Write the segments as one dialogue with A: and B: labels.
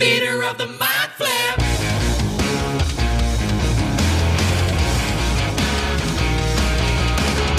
A: master of the mind flip.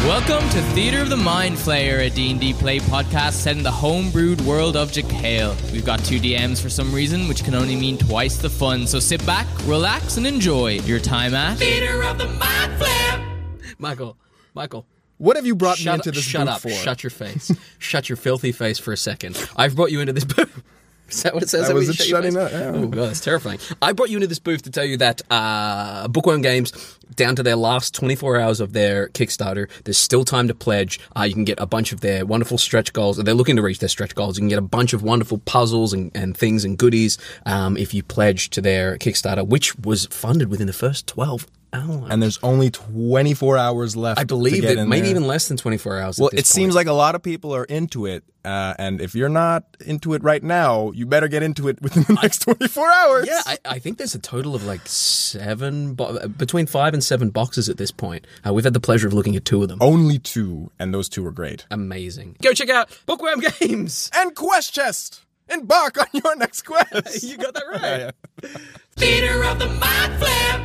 B: Welcome to Theater of the Mind Flayer, a D&D play podcast set in the homebrewed world of Jakale. We've got two DMs for some reason, which can only mean twice the fun, so sit back, relax, and enjoy your time at...
A: Theater of the mind flip.
C: Michael, Michael,
D: What have you brought me
C: shut,
D: into this
C: shut
D: booth
C: up,
D: for?
C: shut your face, shut your filthy face for a second. I've brought you into this booth. Is that what it says?
D: That
C: when
D: was
C: you
D: it
C: shut your
D: shutting
C: face?
D: up, yeah.
C: Oh god, that's terrifying. I brought you into this booth to tell you that uh, Bookworm Games, down to their last 24 hours of their Kickstarter, there's still time to pledge. Uh, you can get a bunch of their wonderful stretch goals. They're looking to reach their stretch goals. You can get a bunch of wonderful puzzles and, and things and goodies um, if you pledge to their Kickstarter, which was funded within the first 12 hours.
D: and there's only 24 hours left.
C: Oh, I
D: to
C: believe
D: get
C: that
D: in
C: maybe
D: there.
C: even less than 24 hours. at
D: Well,
C: this
D: it seems
C: point.
D: like a lot of people are into it, uh, and if you're not into it right now, you better get into it within the next 24 hours.
C: Yeah, I, I think there's a total of like seven, bo- between five and seven boxes at this point. Uh, we've had the pleasure of looking at two of them.
D: Only two, and those two were great.
C: Amazing. Go check out Bookworm Games.
D: And quest chest. Embark on your next quest.
C: You got that right.
A: Theater of the mind flip.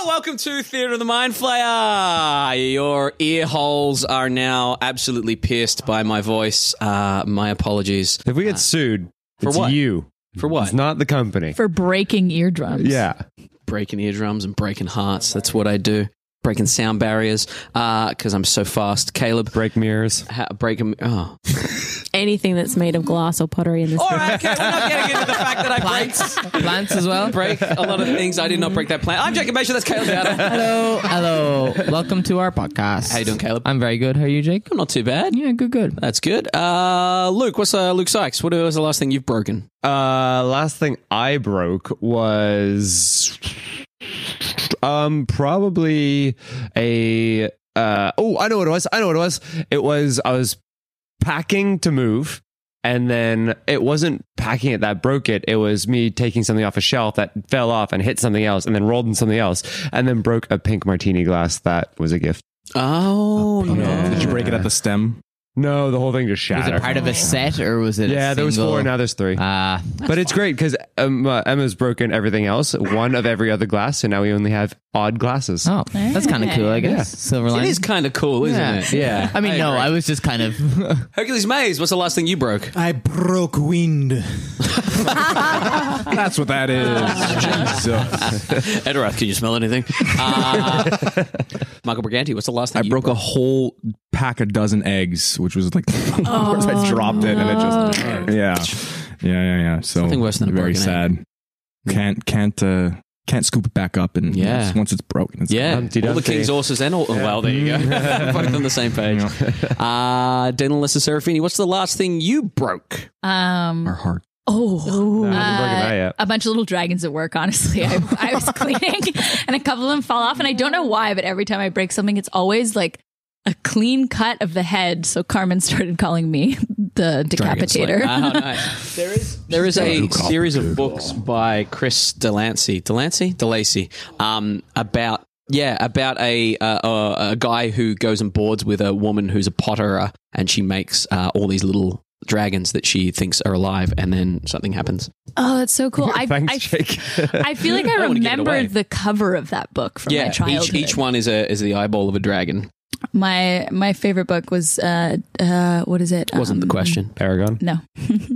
E: Oh, welcome to Theatre of the Mind Flayer. Your ear holes are now absolutely pierced by my voice. Uh, my apologies. Uh,
F: If we get sued,
E: For
F: it's
E: what?
F: you.
E: For what?
F: It's not the company.
G: for breaking eardrums.
F: yeah.
E: breaking eardrums and breaking hearts. That's what I do. Breaking sound barriers because I'm so fast. Caleb,
F: Break mirrors.
E: ha- break 'em- Oh.
H: anything that's made of glass or pottery in this
E: All right, okay, we're not getting into the fact that I
B: Plants, plants as well.
E: break, break a lot of things. I did not break that plan. I'm Jacob Major. That's Caleb Dowden.
B: Hello, hello. Welcome to our podcast.
E: How you doing, Caleb?
B: I'm very good. How are you, Jake?
E: I'm not too bad.
B: Yeah, good, good.
E: That's good. Uh, Luke, what's uh, Luke Sykes? What was the last thing you've broken?
F: Uh, last thing I broke was um probably a uh oh I know what it was I know what it was it was I was packing to move and then it wasn't packing it that broke it it was me taking something off a shelf that fell off and hit something else and then rolled in something else and then broke a pink martini glass that was a gift
E: Oh, no.
F: Did you break it at
D: the stem?
F: no the whole thing just
B: Was
F: shattered
B: it part of a set or was it?
F: yeah
B: a
F: there was
B: single-
F: four now there's three
B: Ah,
F: but it's great because um, uh, Emma's broken everything else, one of every other glass, so now we only have odd glasses.
B: oh, that's kind of cool. I guess
F: Yeah.
B: silver
E: It
B: lining.
E: is kind of cool, isn't
B: Yeah.
E: it?
F: Yeah.
B: I mean, no, I was just kind of.
E: Hercules Mays, what's the last thing you broke?
I: I broke wind. That's what that is. Jesus.
E: Edorath, can you smell anything? Uh, Michael Briganti, what's the last thing
I: I
E: you
I: broke a whole pack of dozen eggs, which was like of course I dropped it and it just yeah, yeah, yeah, yeah. So
E: Nothing worse than a
I: very
E: broken egg.
I: sad. Can't can't uh, can't scoop it back up and
E: Yeah.
I: once- once it's broken, it's
E: Yeah,
F: Humpty
E: all the
F: Dumpty.
E: king's horses and all. oh, Well, there you go. Both on the same page. Uh, Daniel Lester Serafini, what's the last thing you broke?
I: our
G: Um.
I: heart.
G: Oh.
F: I haven't broken that yet.
G: a bunch of little dragons at work. Honestly, I, I was cleaning, and a couple of them fall off, and I don't know why. But every time I break something, it's always like a clean cut of the head. So Carmen started calling me the decapitator.
E: Ah, how nice. There is there is a series of books by Chris Delancey, Delancey, Delacy, um, about yeah, about a, uh, a a guy who goes and boards with a woman who's a potterer, and she makes uh, all these little dragons that she thinks are alive, and then something happens.
G: oh, that's so cool. I,
F: Thanks,
G: I,
F: Jake.
G: I feel like I,
E: I wanna give it away.
G: remembered the cover of that book from my
E: yeah,
G: childhood.
E: each each one is a is the eyeball of a dragon.
G: My my favorite book was uh uh what is it?
E: Wasn't the
G: Um,
E: question.
F: Paragon.
G: No. it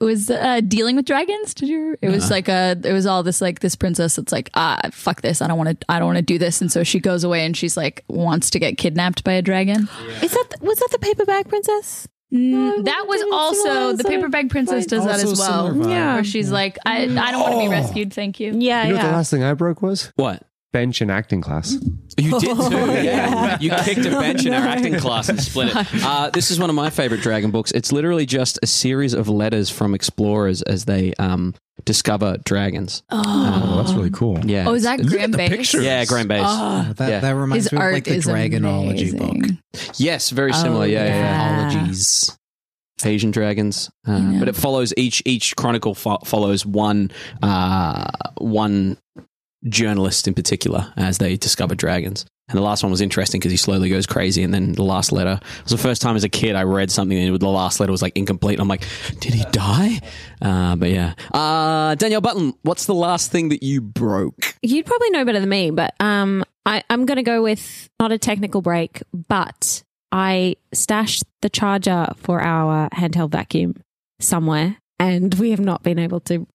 G: was uh, dealing with dragons. Did you? It
I: Uh-huh.
G: was like a. It was all this like this princess that's like ah fuck this I don't want to I don't want to do this and so she goes away and she's like wants to get kidnapped by a dragon.
H: Is that the, was that the paperback princess?
G: Mm, that was
H: did it
G: also
H: similar,
G: the
H: sort of
G: paper bag princess
H: vibe?
G: does that
I: Also
G: as well.
I: similar vibe.
H: Yeah.
G: Where she's like I I don't want to
I: Oh.
G: be rescued. Thank Oh. you.
H: Yeah,
F: You know what the
H: yeah.
F: last thing I broke was?
E: What?
F: Bench in acting class.
E: You did too. Yeah. You kicked a bench in our acting class and split it. Uh, this is one of my favorite Dragon books. It's literally just a series of letters from explorers as they um, discover dragons. Uh,
I: Oh, that's really cool.
E: Yeah.
G: Oh, is that
I: Look at
G: Graham
I: the
G: Bates?
I: pictures.
E: yeah, Graham Base.
G: Oh,
I: that,
E: Yeah.
I: that
G: his
I: reminds
G: art is amazing.
E: yes, very similar.
G: Oh,
E: yeah, yeah,
G: yeah.
E: yeah. Ologies. Asian dragons, uh,
G: You know.
E: but it follows each each chronicle fo- follows one uh, one journalists in particular as they discover dragons. And the last one was interesting because he slowly goes crazy. And then the last letter it was the first time as a kid I read something and the last letter was like incomplete. I'm like, did he die? Uh, but yeah. Uh, Danielle Button, what's the last thing that you broke?
H: You'd probably know better than me, but um, I, I'm going to go with not a technical break, but I stashed the charger for our handheld vacuum somewhere, and we have not been able to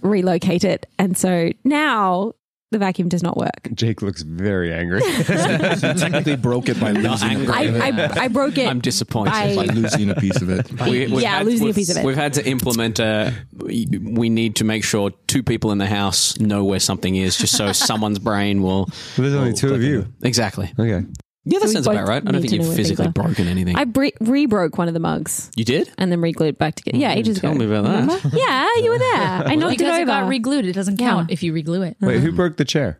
H: relocate it. And so now the vacuum does not work.
F: Jake looks very angry.
I: technically broke it by losing,
H: I, I, I broke it.
E: I'm disappointed.
H: by-
I: by losing a piece of it.
E: We, we've
H: Yeah, losing a
E: we've-
H: piece of it.
E: We've had to implement a. We we need to make sure two people in the house know where something is, just so someone's brain will.
F: There's only two of you.
E: Exactly.
F: Okay.
E: Yeah, that
H: We
E: sounds about
H: both
E: right. I don't
H: need
E: think
H: to know
E: you've
H: where
E: physically
H: things are.
E: broken anything.
H: I bre- re-broke one of the mugs
E: you did?
H: and then re-glued it back together. Yeah, ages
E: Oh, tell
H: ago.
E: me about that.
H: Remember? Yeah, you were there. I knocked
G: because
H: it
G: it got
H: over.
G: re-glued. It doesn't
H: Yeah.
G: count if you reglue it.
F: Wait, who
H: Uh-huh.
F: broke the chair?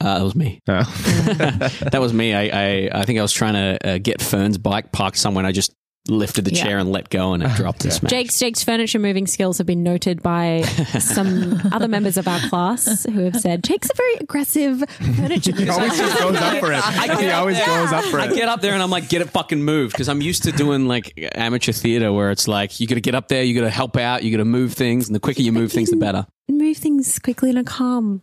E: Uh, that was me.
F: Oh.
E: that was me. I, I, I think I was trying to uh, get Fern's bike parked somewhere, and I just lifted the
G: Yeah.
E: chair and let go, and it dropped and smashed.
H: Jake's Jake's furniture moving skills have been noted by some other members of our class who have said Jake's a very aggressive furniture mover.
F: goes up for it. He always goes up for
E: I get up there and I'm like, get it fucking moved. Because I'm used to doing like amateur theater where it's like, you got to get up there, you got to help out, you got to move things. And the quicker you move things, the better.
H: Move things quickly and calm.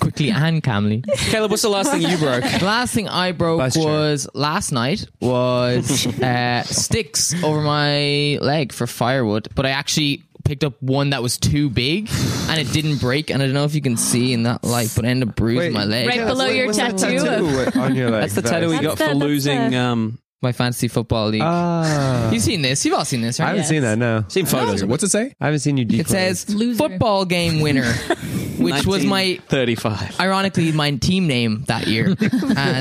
B: Quickly and calmly.
E: Caleb, what's the last thing you broke?
B: The last thing I broke
F: Bus chair.
B: was last night was uh, sticks over my leg for firewood, but I actually picked up one that was too big and it didn't break and I don't know if you can see in that light but it ended up bruising
F: Wait.
B: my leg.
G: Right below your tattoo. of-
F: Tattoo on your leg.
E: That's the title we
H: That's
E: got
H: the-
E: for
H: that's
E: losing.
H: the-
E: Um,
B: My fantasy football league.
F: Ah.
B: You've seen this. You've all seen this,
F: I
B: right?
F: haven't seen that. No,
E: seen photos.
I: What's it say?
F: I haven't seen you.
B: It says football game winner, which was my
E: 35.
B: ironically my team name that year, and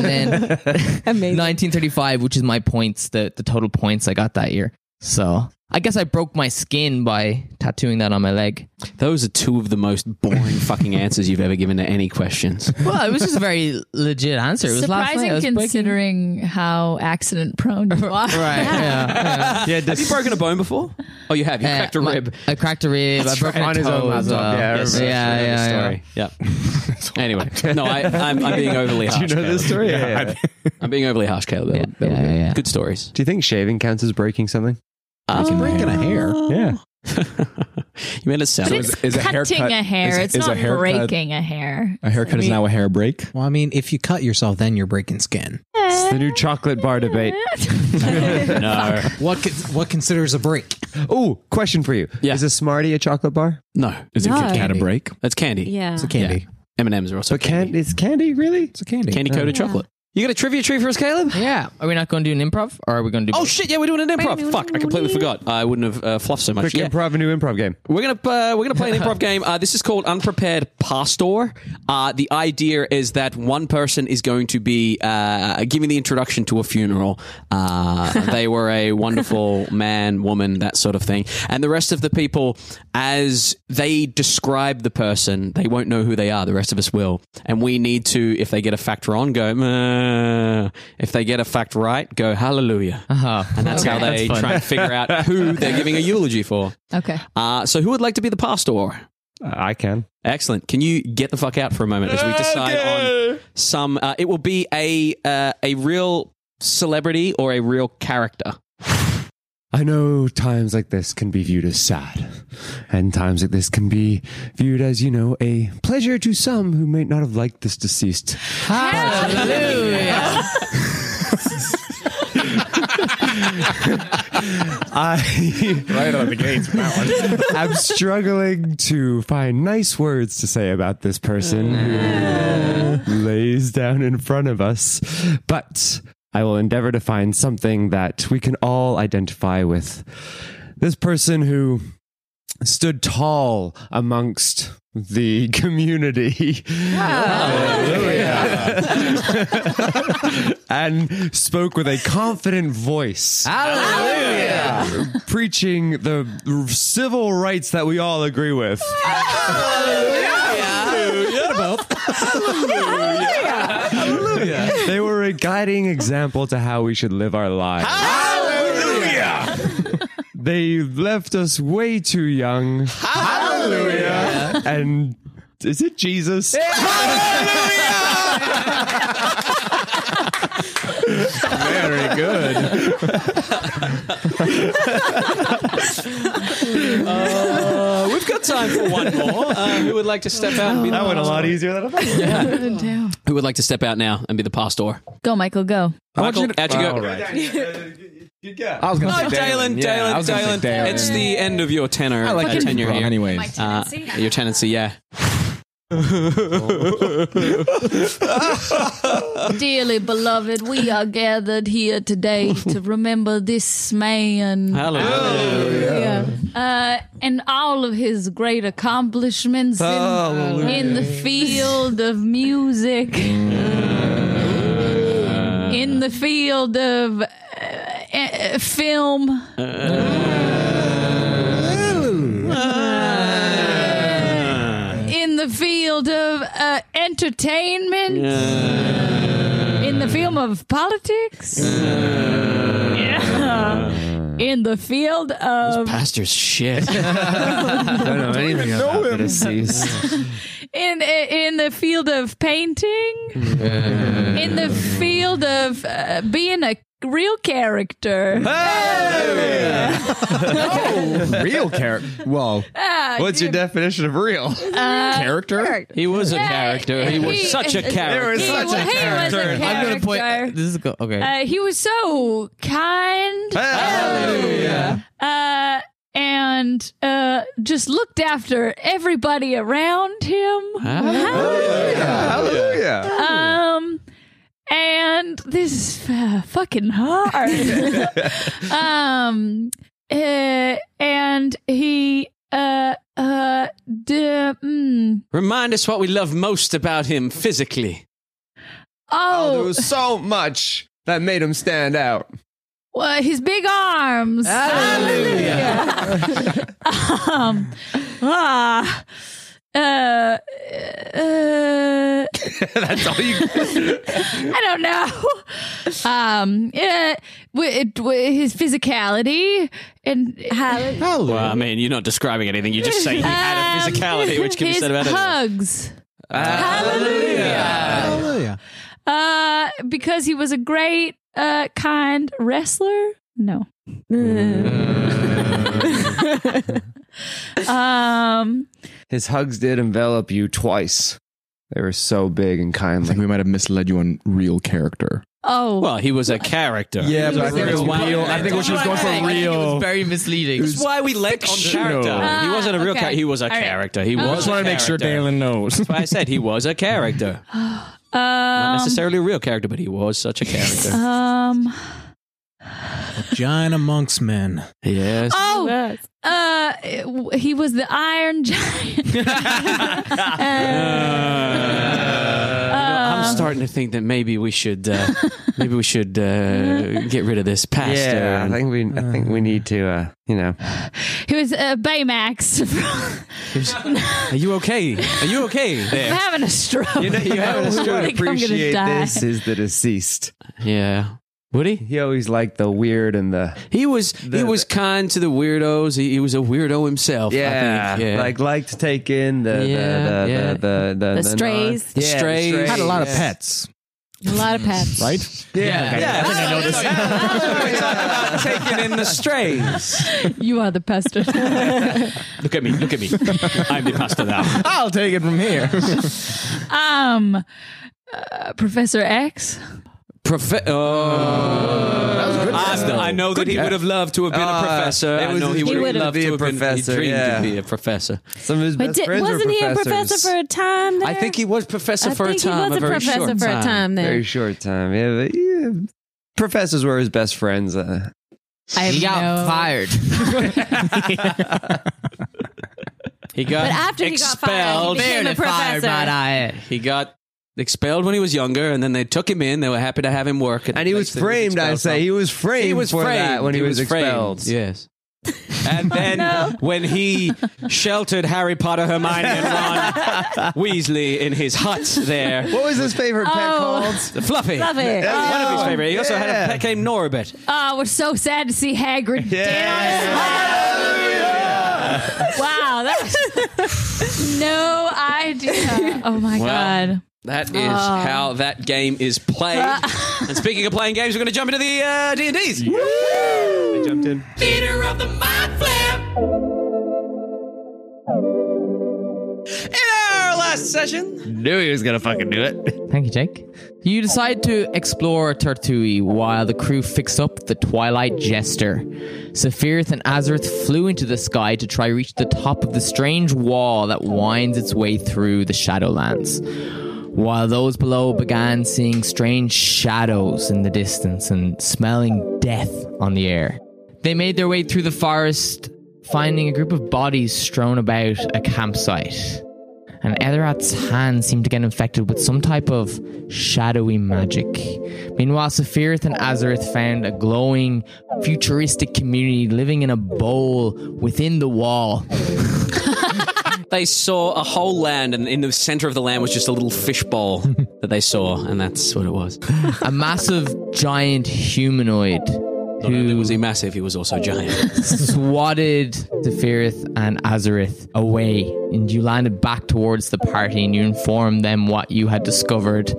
B: then
H: Amazing.
B: 1935, which is my points, the the total points I got that year. So I guess I broke my skin by tattooing that on my leg.
E: Those are two of the most boring fucking answers you've ever given to any questions.
B: Well, it was just a very legit answer. It was last night. I
G: Surprising
B: was breaking-
G: considering how accident prone you are.
B: Right. Yeah.
F: Yeah,
E: Have you broken a bone before? Oh, you have. You
B: yeah.
E: cracked a
B: Uh, my-
E: rib.
B: I cracked a rib. I broke my
F: On his
B: toe
F: own
B: as
F: laptop.
B: well.
F: Yeah, I remember
B: yeah,
F: that.
B: yeah, yeah.
E: yeah. Anyway, no, I, I'm, I'm being overly harsh.
F: Do you know
E: Caleb.
F: this story? Yeah.
E: I'm being overly harsh, Caleb. That-
B: Yeah,
E: that was
B: yeah,
E: good.
B: yeah.
E: Good stories.
F: Do you think shaving counts as breaking something?
E: Um,
I: breaking a hair.
F: Yeah.
E: you made it sound.
G: But
I: is-
G: it's
I: is a
G: cutting a,
I: haircut-
G: hair.
I: is-
G: it's
I: is a
G: not
I: haircut-
G: breaking a hair.
I: A haircut is now a hair break.
D: Well, I mean, if you cut yourself, then you're breaking skin.
F: It's the new chocolate bar debate.
E: no,
D: What con- what considers a break?
F: Oh, question for you.
E: Yeah.
F: Is a Smartie a chocolate bar?
E: no,
I: Is it
H: No.
I: Kit Kat a break?
E: that's candy.
H: Yeah.
D: It's a candy.
E: M and M's are also
F: But can't it's candy really?
D: It's a candy.
E: candy
B: Uh,
E: coated
H: Yeah.
E: chocolate. You got a trivia treat for us, Caleb?
B: Yeah. Are we not going to do an improv, or are we going to do?
E: Oh shit! Yeah, we're doing an improv. Fuck, I completely forgot. I wouldn't have uh, fluffed so much.
F: Quick
E: Yeah.
F: improv, a new improv game.
E: We're gonna uh, we're gonna play an improv game. Uh, this is called Unprepared Pastor. Uh, the idea is that one person is going to be uh, giving the introduction to a funeral. Uh, they were a wonderful man, woman, that sort of thing, and the rest of the people, as they describe the person, they won't know who they are. The rest of us will, and we need to, if they get a fact wrong, go. "Meh." If they get a fact right, go hallelujah,
B: Uh-huh.
E: and that's how
B: Okay,
E: they
B: that's fun.
E: try and figure out who they're giving a eulogy for.
G: Okay.
E: Uh, so who would like to be the pastor?
F: Uh, I can.
E: Excellent. Can you get the fuck out for a moment as we decide on some? Uh, it will be a uh, a real celebrity or a real character.
F: I know times like this can be viewed as sad, and times like this can be viewed as, you know, a pleasure to some who may not have liked this deceased.
B: Hallelujah.
F: I
I: Right out of the gates.
F: am struggling to find nice words to say about this person who lays down in front of us, but I will endeavor to find something that we can all identify with. This person who stood tall amongst the community. and spoke with a confident voice. Hallelujah! Preaching the r- civil rights that we all agree with. They were a guiding example to how we should live our lives. Hallelujah! They left us way too young. Hallelujah!
J: and is it Jesus?
I: Very good.
E: Uh, we've got time for one more. Uh, who would like to step out and be the
J: went a lot easier than I thought.
E: Who would like to step out now and be the pastor?
G: Go, Michael, go.
E: Michael, out you go.
J: All right. I was
E: No,
J: gonna say
E: Dalen, Dalen,
J: Yeah, I was gonna
E: Dalen.
J: say Dalen.
E: It's the end of your tenor, uh,
G: that
E: tenure here.
I: Anyways.
E: Uh, your tenancy, yeah.
G: Dearly beloved, we are gathered here today to remember this man.
E: Hallelujah.
G: Uh, and all of his great accomplishments in, in the field of music, in the field of uh, uh, film. In the field of uh, entertainment, in the field of politics, Yeah. in the field of
E: Pastor's shit.
I: don't know anything about the deceased.
G: in uh, in the field of painting, in the field of uh, being a real character.
J: Oh,
I: real character. Well,
G: Ah,
J: What's your
G: dude,
J: definition of real?
E: Uh,
I: character.
E: He was a
G: yeah,
E: character. He was such a character.
G: He,
J: such a
G: wa- he was a character.
B: I'm gonna point. This is go- okay.
G: Uh, he was so kind.
J: Ah.
G: Uh, and uh, just looked after everybody around him.
C: Ah.
J: Hallelujah.
G: Um, and this is uh, fucking hard. um, uh, and he, uh, uh, d- mm,
E: Remind us what we love most about him physically.
J: Oh,
G: oh,
J: there was so much that made him stand out.
G: well, his big arms. Hallelujah. um, ah, uh, uh,
J: That's all you.
G: I don't know. Um, uh, wi- it- wi- his physicality and
E: Well, I mean, you're not describing anything. You're just saying he had a
G: Um,
E: physicality, which can be
G: his
E: said about Uh, it.
G: hugs.
E: Hallelujah.
K: Hallelujah.
G: Uh, because he was a great, uh, kind wrestler. No.
E: Mm.
G: um.
J: His hugs did envelop you twice. They were so big and
I: I think
J: kindly.
I: we might have misled you on real character.
G: Oh.
E: Well, he was a character.
I: Yeah, but I
E: think it's real- I think what she was going for
B: It
I: real-
B: was very misleading.
E: That's why we lent on
I: Fictional.
E: character. he
G: Ah,
E: wasn't a real
G: okay.
E: character. He was a
G: All right. Oh.
E: character. He was.
G: I
E: I
G: just
I: wanna knows.
E: That's why I said he was a character. Not
G: um.
E: necessarily a real character, but he was such a character.
G: Um.
K: Giant amongst men.
E: yes.
G: Oh. Uh. w- He was the Iron Giant. Uh,
E: I'm starting to think that maybe we should uh, maybe we should uh, get rid of this pastor.
J: Yeah, I
E: and-
J: think we. I think we need to. Uh, you know.
G: he was uh, Baymax. from-
E: Are you okay? Are you okay
G: I'm
E: there?
G: having a stroke. I think I'm gonna
J: appreciate
G: die.
J: this is the deceased.
E: Yeah. Would he?
J: He always liked the weird and the
E: He was he
J: The-
E: was kind to the weirdos. He, he was a weirdo himself. I
J: yeah,
E: think. yeah.
J: like liked to take in the
E: Yeah,
J: the, the,
E: yeah.
J: the the the non-
H: strays.
E: The
J: yeah, the
E: strays.
J: strays.
E: Had a lot of
J: yeah.
K: Pets.
G: A lot of pets.
I: Right?
J: Yeah.
E: Yeah, I think I noticed. We're talking about taking in the strays.
G: You are the pester.
E: Look at me, look at me. I'm the pastor now.
I: I'll take it from here.
G: um, uh, Professor X.
E: Profe- oh.
J: though.
E: I, I know that he would have loved to have been a
J: Uh,
E: professor.
J: it
E: I
J: was
E: know
J: his
E: he would
H: dream
E: have
H: to
E: loved
J: be
E: to
J: a
E: have been. He
J: professor,
E: dreamed
J: yeah.
E: to be a professor.
J: Some of his
H: But
J: best
H: did,
J: friends were
H: wasn't he a
J: professors.
H: professor for a time? There?
E: I think he was professor
H: I
E: for
H: think
E: a time.
H: He was a,
E: very
H: professor
E: short
H: for a time there.
J: Very short time. Yeah, but yeah, professors were his best friends. Uh,
G: I have
B: he got
G: no-
B: fired.
E: He got
H: But after he got fired, he
K: Oh,
E: expelled.
H: became-
B: Barely
H: a
B: fired,
H: professor.
B: might I add.
E: he got expelled when he was younger, and then they took him in. They were happy to have him work. at the
J: and he was
E: place that
J: framed. I
E: expelled
J: say
E: from.
J: he was framed.
E: he was
J: for
E: framed
J: that when he, was,
E: framed.
J: expelled.
E: Yes.
H: Oh,
E: And then when he sheltered Harry Potter, Hermione, and Ron Weasley in his hut there,
J: What was his favorite pet
G: Oh.
J: called?
E: Fluffy.
H: Love it.
E: That's one of his favorite. He also had
J: Oh, yeah.
E: a pet named Norbit.
G: Oh, we're so sad to see Hagrid dead on his
J: Yeah.
G: lap. Wow, that was no idea. Oh my
E: Well,
G: god. Oh.
E: That is how that game is played. and speaking of playing games, we're going to jump into the uh, D&Ds.
J: I jumped in.
A: Theater of the Mind Flip.
E: In our last session,
J: Knew he was gonna fucking do it.
B: Thank you, Jake. You decide to explore Tartui while the crew fix up the Twilight Jester. Sephiroth and Azareth flew into the sky to try reach the top of the strange wall that winds its way through the Shadowlands. While those below began seeing strange shadows in the distance and smelling death on the air, they made their way through the forest, finding a group of bodies strewn about a campsite and Etherat's hand seemed to get infected with some type of shadowy magic. Meanwhile, Sephiroth and Azareth found a glowing, futuristic community living in a bowl within the wall.
E: they saw a whole land, and in the center of the land was just a little fishbowl that they saw, and that's what it was.
B: A massive, giant humanoid
E: Not only was he massive, he was also giant.
B: swatted Sephiroth and Azareth away, and you landed back towards the party and you informed them what you had discovered,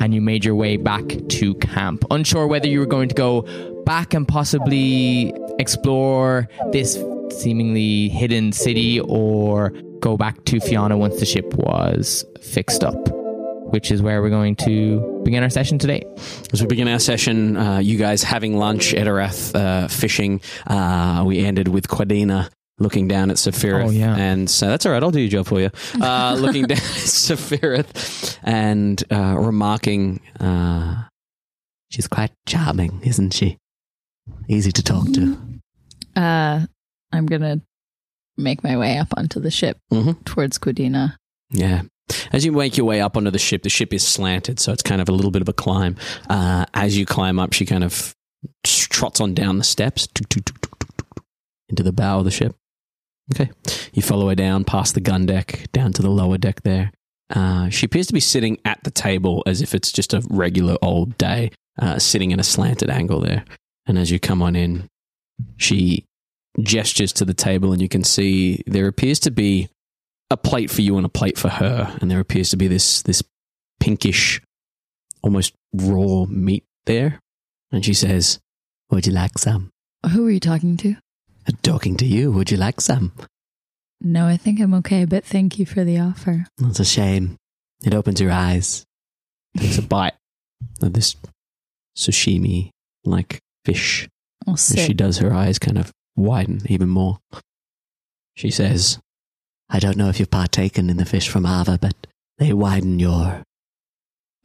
B: and you made your way back to camp. Unsure whether you were going to go back and possibly explore this seemingly hidden city or go back to Fiona once the ship was fixed up, which is where we're going to begin our session today.
E: As we begin our session, uh, you guys having lunch, Edirath uh, fishing. Uh, we ended with Quadina looking down at Sephiroth.
B: Oh, yeah.
E: And so that's all right. I'll do your job for you. Uh, looking down at Sephiroth and uh, remarking, uh, she's quite charming, isn't she? Easy to talk to.
G: Uh, I'm gonna make my way up onto the ship
E: hmm
G: towards Quidina.
E: Yeah. As you make your way up onto the ship, the ship is slanted, so it's kind of a little bit of a climb. Uh, as you climb up, she kind of trots on down the steps tuk, tuk, tuk, tuk, tuk, tuk, into the bow of the ship. Okay. You follow her down past the gun deck, down to the lower deck there. Uh, she appears to be sitting at the table as if it's just a regular old day, uh, sitting in a slanted angle there. And as you come on in, she gestures to the table, and you can see there appears to be a plate for you and a plate for her, and there appears to be this this pinkish, almost raw meat there. And she says, "Would you like some?"
G: Who are you talking to?
E: I'm talking to you. Would you like some?
G: No, I think I'm okay, but thank you for the offer.
E: That's a shame. It opens your eyes. Takes a bite of this sashimi like fish.
G: I'll
E: As she
G: sit.
E: does, her eyes kind of widen even more. She says, I don't know if you've partaken in the fish from Ava, but they widen your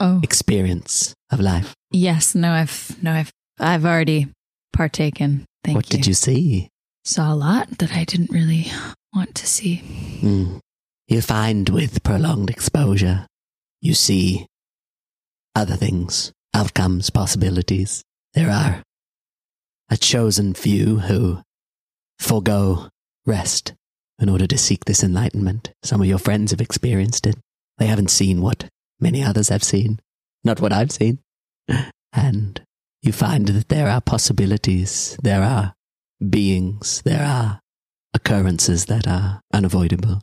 G: Oh,
E: experience of life.
G: yes. No, I've no, I've I've already partaken. Thank
E: what did you see?
G: Saw a lot that I didn't really want to see.
E: Mm. You find with prolonged exposure, you see other things, outcomes, possibilities. There are a chosen few who forego rest in order to seek this enlightenment. Some of your friends have experienced it. They haven't seen what many others have seen, not what I've seen. And you find that there are possibilities, there are beings, there are occurrences that are unavoidable.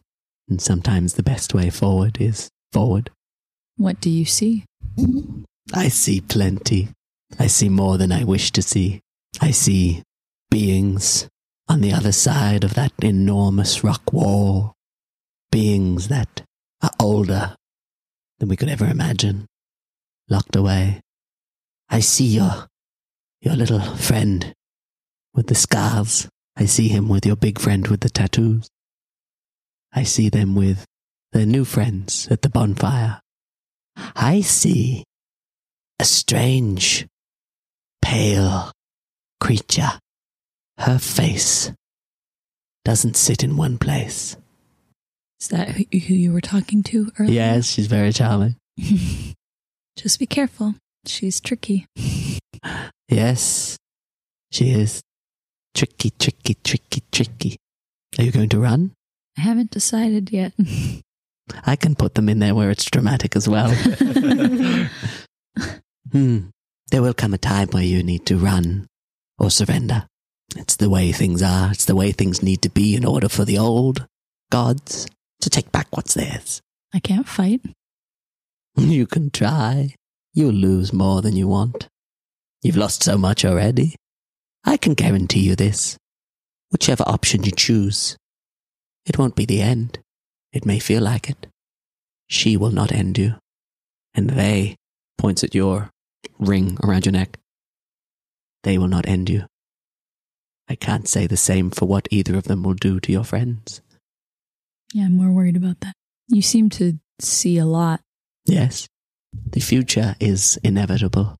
E: And sometimes the best way forward is forward.
G: What do you see?
E: I see plenty. I see more than I wish to see. I see beings on the other side of that enormous rock wall. Beings that are older than we could ever imagine. Locked away. I see your, your little friend with the scars. I see him with your big friend with the tattoos. I see them with their new friends at the bonfire. I see a strange, pale creature. Her face doesn't sit in one place.
G: Is that who who you were talking to earlier?
E: Yes, she's very charming.
G: Just be careful. She's tricky.
E: Yes, she is tricky, tricky, tricky, tricky. Are you going to run?
G: I haven't decided yet.
E: I can put them in there where it's dramatic as well. Hmm. There will come a time where you need to run or surrender. It's the way things are. It's the way things need to be in order for the old gods to take back
J: What's this?
G: I can't fight.
J: You can try. You'll lose more than you want. You've lost so much already. I can guarantee you this. Whichever option you choose, it won't be the end. It may feel like it. She will not end you. And they points at your ring around your neck. They will not end you. I can't say the same for what either of them will do to your friends.
G: Yeah, I'm more worried about that. You seem to see a lot.
J: Yes, the future is inevitable.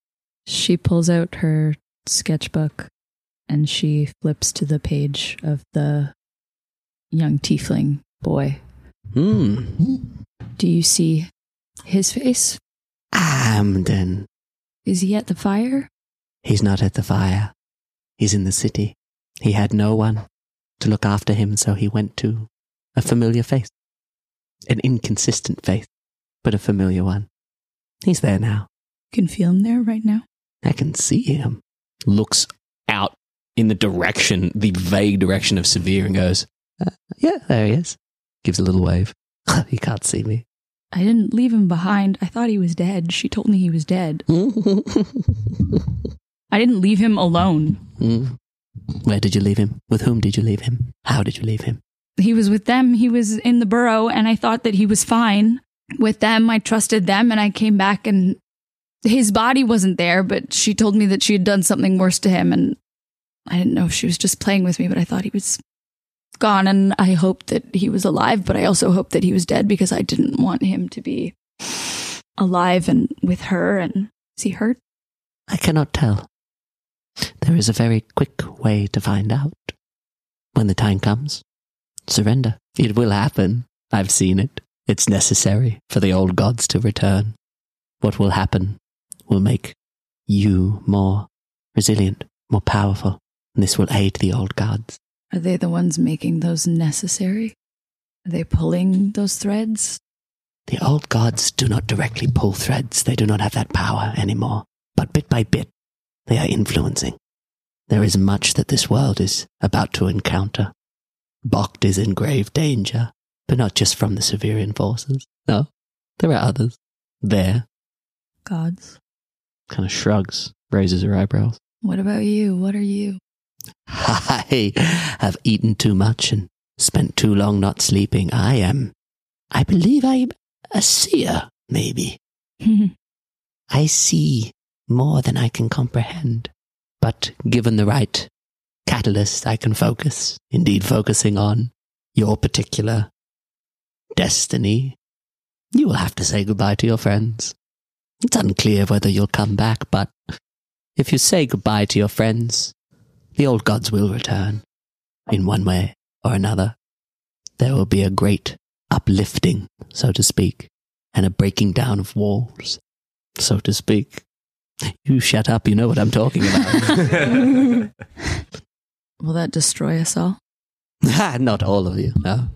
G: She pulls out her sketchbook and she flips to the page of the young tiefling boy.
J: Hmm.
G: Do you see his face?
J: Amden.
G: Is he at the fire?
J: He's not at the fire. He's in the city. He had no one to look after him, so he went to a familiar face. An inconsistent face, but a familiar one. He's there now.
G: You can feel him there right now.
J: I can see him. Looks out in the direction, the vague direction of Severe, and goes, uh, Yeah, there he is. Gives a little wave. he can't see me.
G: I didn't leave him behind. I thought he was dead. She told me he was dead. I didn't leave him alone.
J: Mm. Where did you leave him? With whom did you leave him? How did you leave him?
G: He was with them. He was in the burrow, and I thought that he was fine with them. I trusted them, and I came back, and his body wasn't there, but she told me that she had done something worse to him, and I didn't know if she was just playing with me, but I thought he was gone, and I hoped that he was alive, but I also hoped that he was dead because I didn't want him to be alive and with her. And is he hurt?
J: I cannot tell. There is a very quick way to find out. When the time comes, surrender. It will happen. I've seen it. It's necessary for the old gods to return. What will happen will make you more resilient, more powerful, and this will aid the old gods.
G: Are they the ones making those necessary? Are they pulling those threads?
J: The old gods do not directly pull threads, they do not have that power anymore. But bit by bit, they are influencing. There is much that this world is about to encounter. Bokt is in grave danger, but not just from the Severian forces. No, there are others. There.
G: Gods.
J: Kind of shrugs, raises her eyebrows.
G: What about you? What are you?
J: I have eaten too much and spent too long not sleeping. I am, I believe I'm a seer, maybe. I see more than I can comprehend. But given the right catalyst, I can focus, indeed, focusing on your particular destiny. You will have to say goodbye to your friends. It's unclear whether you'll come back, but if you say goodbye to your friends, the old gods will return in one way or another. There will be a great uplifting, so to speak, and a breaking down of walls, so to speak. You shut up, you know what I'm talking about.
G: Will that destroy us all?
J: Ah, Not all of you, no.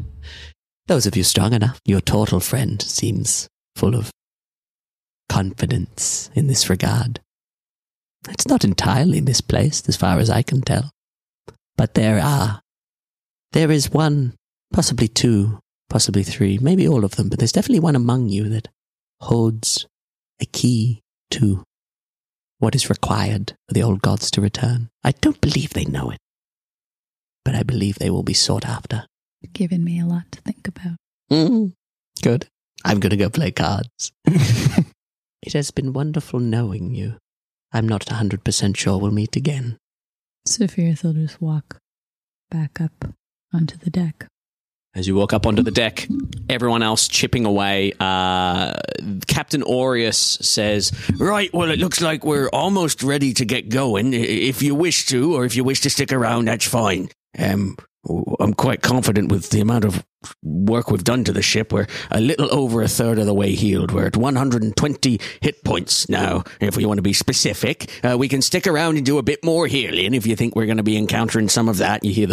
J: Those of you strong enough. Your turtle friend seems full of confidence in this regard. It's not entirely misplaced, as far as I can tell. But there are. There is one, possibly two, possibly three, maybe all of them, but there's definitely one among you that holds a key to what is required for the old gods to return. I don't believe they know it, but I believe they will be sought after.
G: You've given me a lot to think about.
J: Mm, good. I'm going to go play cards. it has been wonderful knowing you. I'm not 100% sure we'll meet again.
G: Sophia, they'll just walk back up onto the deck.
J: As you walk up onto the deck, everyone else chipping away, uh, Captain Aureus says,
C: Right, well, it looks like we're almost ready to get going. I- If you wish to, or if you wish to stick around, that's fine. Um, w- I'm quite confident with the amount of work we've done to the ship. We're a little over a third of the way healed. We're at 120 hit points now. If we want to be specific, uh, we can stick around and do a bit more healing if you think we're going to be encountering some of that. You hear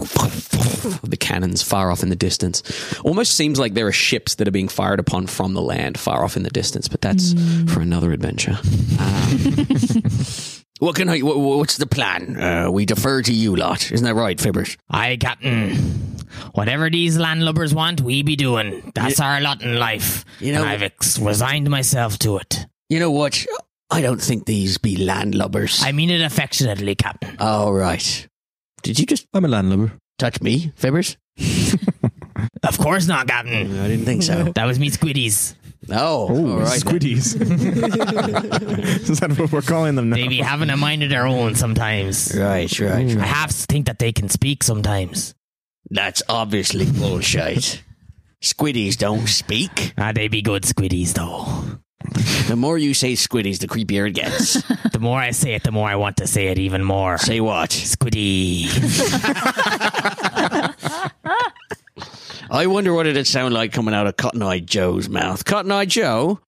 C: the
J: The cannons far off in the distance. Almost seems like there are ships that are being fired upon from
L: Hmm.
J: the land far off in the distance, but that's for another adventure. Um,
C: What can I? wha- wha- What's the plan? Uh, we defer to you lot, isn't that right, Fibbers?
L: Aye, Captain. Whatever these landlubbers want, we be doing. That's our lot in life. You know, and I've ex- resigned myself to it.
C: You know what? I don't think these be landlubbers.
L: I mean it affectionately, Captain.
C: All right. Did you just? I'm a landlubber. Touch me, Fibbers?
L: Of course not, Captain.
C: I didn't think so.
L: That was me, Squiddies.
C: Oh,
L: all right.
I: Squiddies. Is that what we're calling them now?
L: They be having a mind of their own sometimes.
C: Right, right,
I: Hmm.
L: I half think that they can speak sometimes.
C: That's obviously bullshit. Squiddies don't speak.
L: Ah, they be good squiddies though.
C: The more you say squiddies, the creepier it gets.
L: the more I say it, the more I want to say it even more.
C: Say what?
L: Squiddies.
C: I wonder what it'd sound like coming out of Cotton Eye Joe's mouth. Cotton Eye Joe?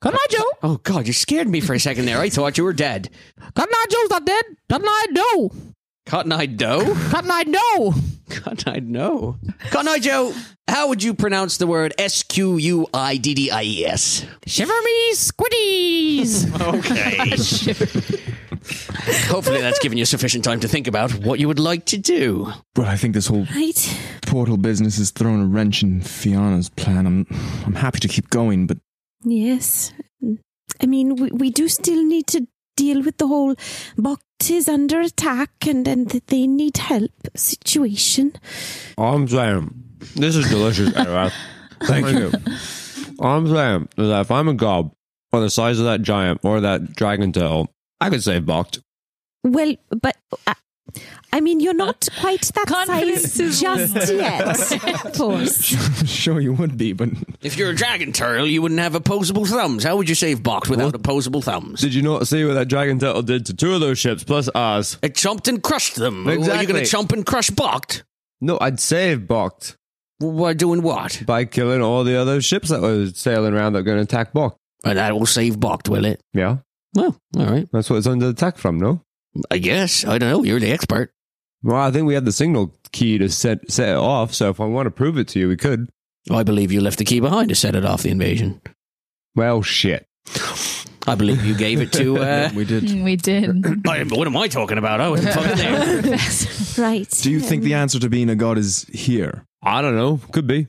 L: Cotton Eye Joe?
C: Oh, God, you scared me for a second there. I thought you were dead.
L: Cotton Eye Joe's not dead. Cotton Eye Joe.
C: Cotton Eye Doe?
L: Cotton Eye Joe.
C: Cotton Eye No. Cotton Eye Joe, how would you pronounce the word S Q U I D D I E S?
L: Shiver me squiddies.
C: Okay. Hopefully, that's given you sufficient time to think about what you would like to do.
I: But I think this whole
H: Right.
I: portal business has thrown a wrench in Fiona's plan. I'm, I'm happy to keep going, but
H: Yes. I mean, we, we do still need to deal with the whole box is under attack and, and that they need help situation.
F: I'm saying this is delicious, Araf. Thank you. I'm saying is that if I'm a gob or the size of that giant or that dragon tail, I could save Bokt.
H: Well, but uh, I mean, you're not quite that size just yet, of course.
I: sure you would be. But
C: If you're a dragon turtle, you wouldn't have opposable thumbs. How would you save Box without opposable thumbs?
F: Did you not see what that dragon turtle did to two of those ships plus ours?
C: It chomped and crushed them. Are you going to
F: Exactly.
C: chomp and crush Bokt?
F: No, I'd save Bokt
C: By doing what?
F: by killing all the other ships that were sailing around that were going to attack Bokt.
C: And that will save Bokt, will it?
F: Yeah,
C: Well, all right.
F: that's what it's under attack from. No,
C: I guess. I don't know. You're the expert.
F: well, I think we had the signal key to set set it off. So if I want to prove it to you, we could.
C: I believe you left the key behind to set it off the invasion.
F: Well, shit.
C: I believe you gave it to. Uh,
I: we did.
G: Mm, We did.
C: I, what am I talking about? Oh, I wasn't fucking there.
H: Right.
I: Do you think the answer to being a god is here?
F: I don't know. Could be.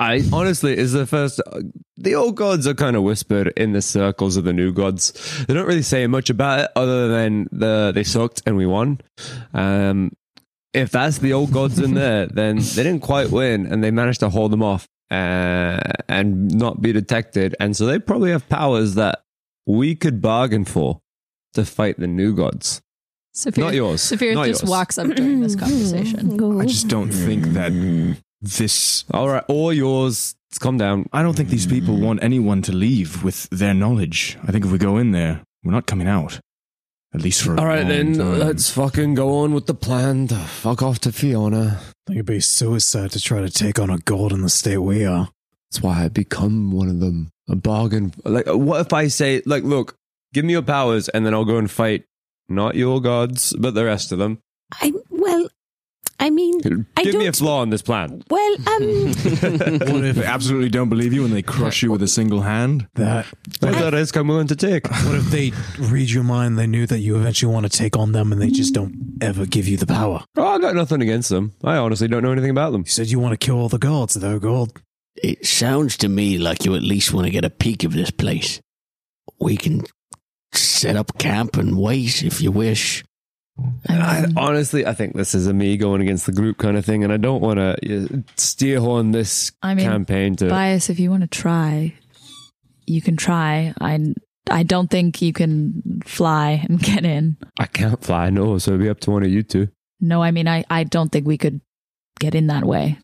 F: I honestly is the first. The old gods are kind of whispered in the circles of the new gods. They don't really say much about it, other than the they sucked and we won. Um, if that's the old gods in there, then they didn't quite win, and they managed to hold them off uh, and not be detected. And so they probably have powers that we could bargain for to fight the new gods.
G: Sophia,
F: Not yours.
G: Sophia
F: Not
G: just
F: yours.
G: walks up during this conversation.
I: I just don't think that this.
F: All right, all yours. Calm down.
I: I don't think these people want anyone to leave with their knowledge. I think if we go in there, we're not coming out. At least for a
F: All right,
I: long
F: then
I: time.
F: let's fucking go on with the plan to fuck off to Fiona.
K: think it'd be suicide to try to take on a god in the state we are.
F: That's why I become one of them. A bargain. Like, what if I say, like, look, give me your powers, and then I'll go and fight not your gods, but the rest of them.
H: I well, I mean,
F: Give
H: I
F: me a
H: don't-
F: flaw in this plan.
H: well, um,
F: uh,
I: What if they absolutely don't believe you and they crush you with a single hand?
K: That
F: What that risk I'm willing to take.
K: what if they read your mind? They knew that you eventually want to take on them, and they just don't ever give you the power.
F: Oh, I got nothing against them. I honestly don't know anything about them.
K: You said you want to kill all the gods, though, God.
C: It sounds to me like you at least want to get a peek of this place. We can set up camp and wait if you wish.
F: I, honestly, I think this is a me going against the group kind of thing, and I don't want to uh, steer on this
G: I mean,
F: campaign to.
G: Bias, if you want to try, you can try. I I don't think you can fly and get in.
F: I can't fly, no, so it'd be up to one of you two.
G: No, I mean I, I don't think we could get in that way.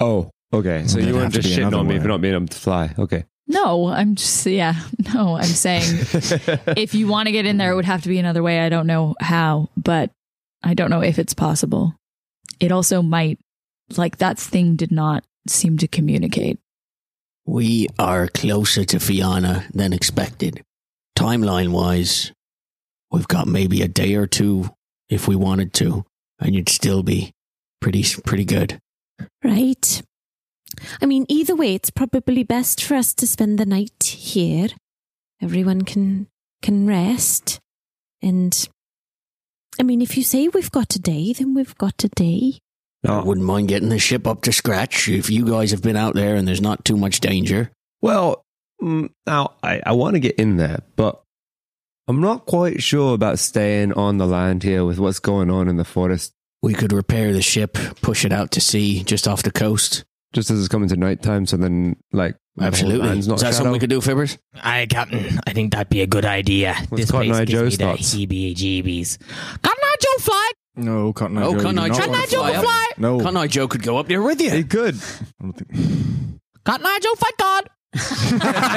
F: Oh, okay. So
I: There'd
F: you weren't
I: have to
F: just
I: be
F: shitting
I: another
F: on me
I: way.
F: for not being able to fly. Okay.
G: No, I'm just yeah. No, I'm saying if you want to get in there, it would have to be another way. I don't know how, but I don't know if it's possible. It also might like that thing did not seem to communicate.
C: We are closer to Fiana than expected. Timeline wise, we've got maybe a day or two if we wanted to, and you'd still be pretty pretty good.
H: right. I mean, either way, it's probably best for us to spend the night here. Everyone can can rest, And I mean, if you say we've got a day, then we've got a day.
F: Oh.
C: I wouldn't mind getting the ship up to scratch if you guys have been out there and there's not too much danger.
F: Well, mm, now I, I want to get in there, but I'm not quite sure about staying on the land here with what's going on in the forest.
C: We could repair the ship, push it out to sea just off the coast.
F: Just as it's coming to nighttime, so then, like, the whole
C: Absolutely.
F: land's not
C: Is that something we
F: shadowed.
C: could do, Fibbers?
L: Aye, Captain. I think that'd be a good idea.
F: What's
L: this
F: Cotton
L: place
F: Eye
L: gives
F: Joe's
L: me
F: thoughts?
L: the heebie-jeebbies. Cotton Eye Joe fly.
I: No, Cotton Eye
C: Oh,
I: Joe. you
C: Cotton
I: do
C: Eye
I: not
C: Joe
I: wanna
C: can fly up.
I: up. No.
C: Cotton Eye Joe could go up there with you. He
F: could.
L: Cotton Eye Joe fight God.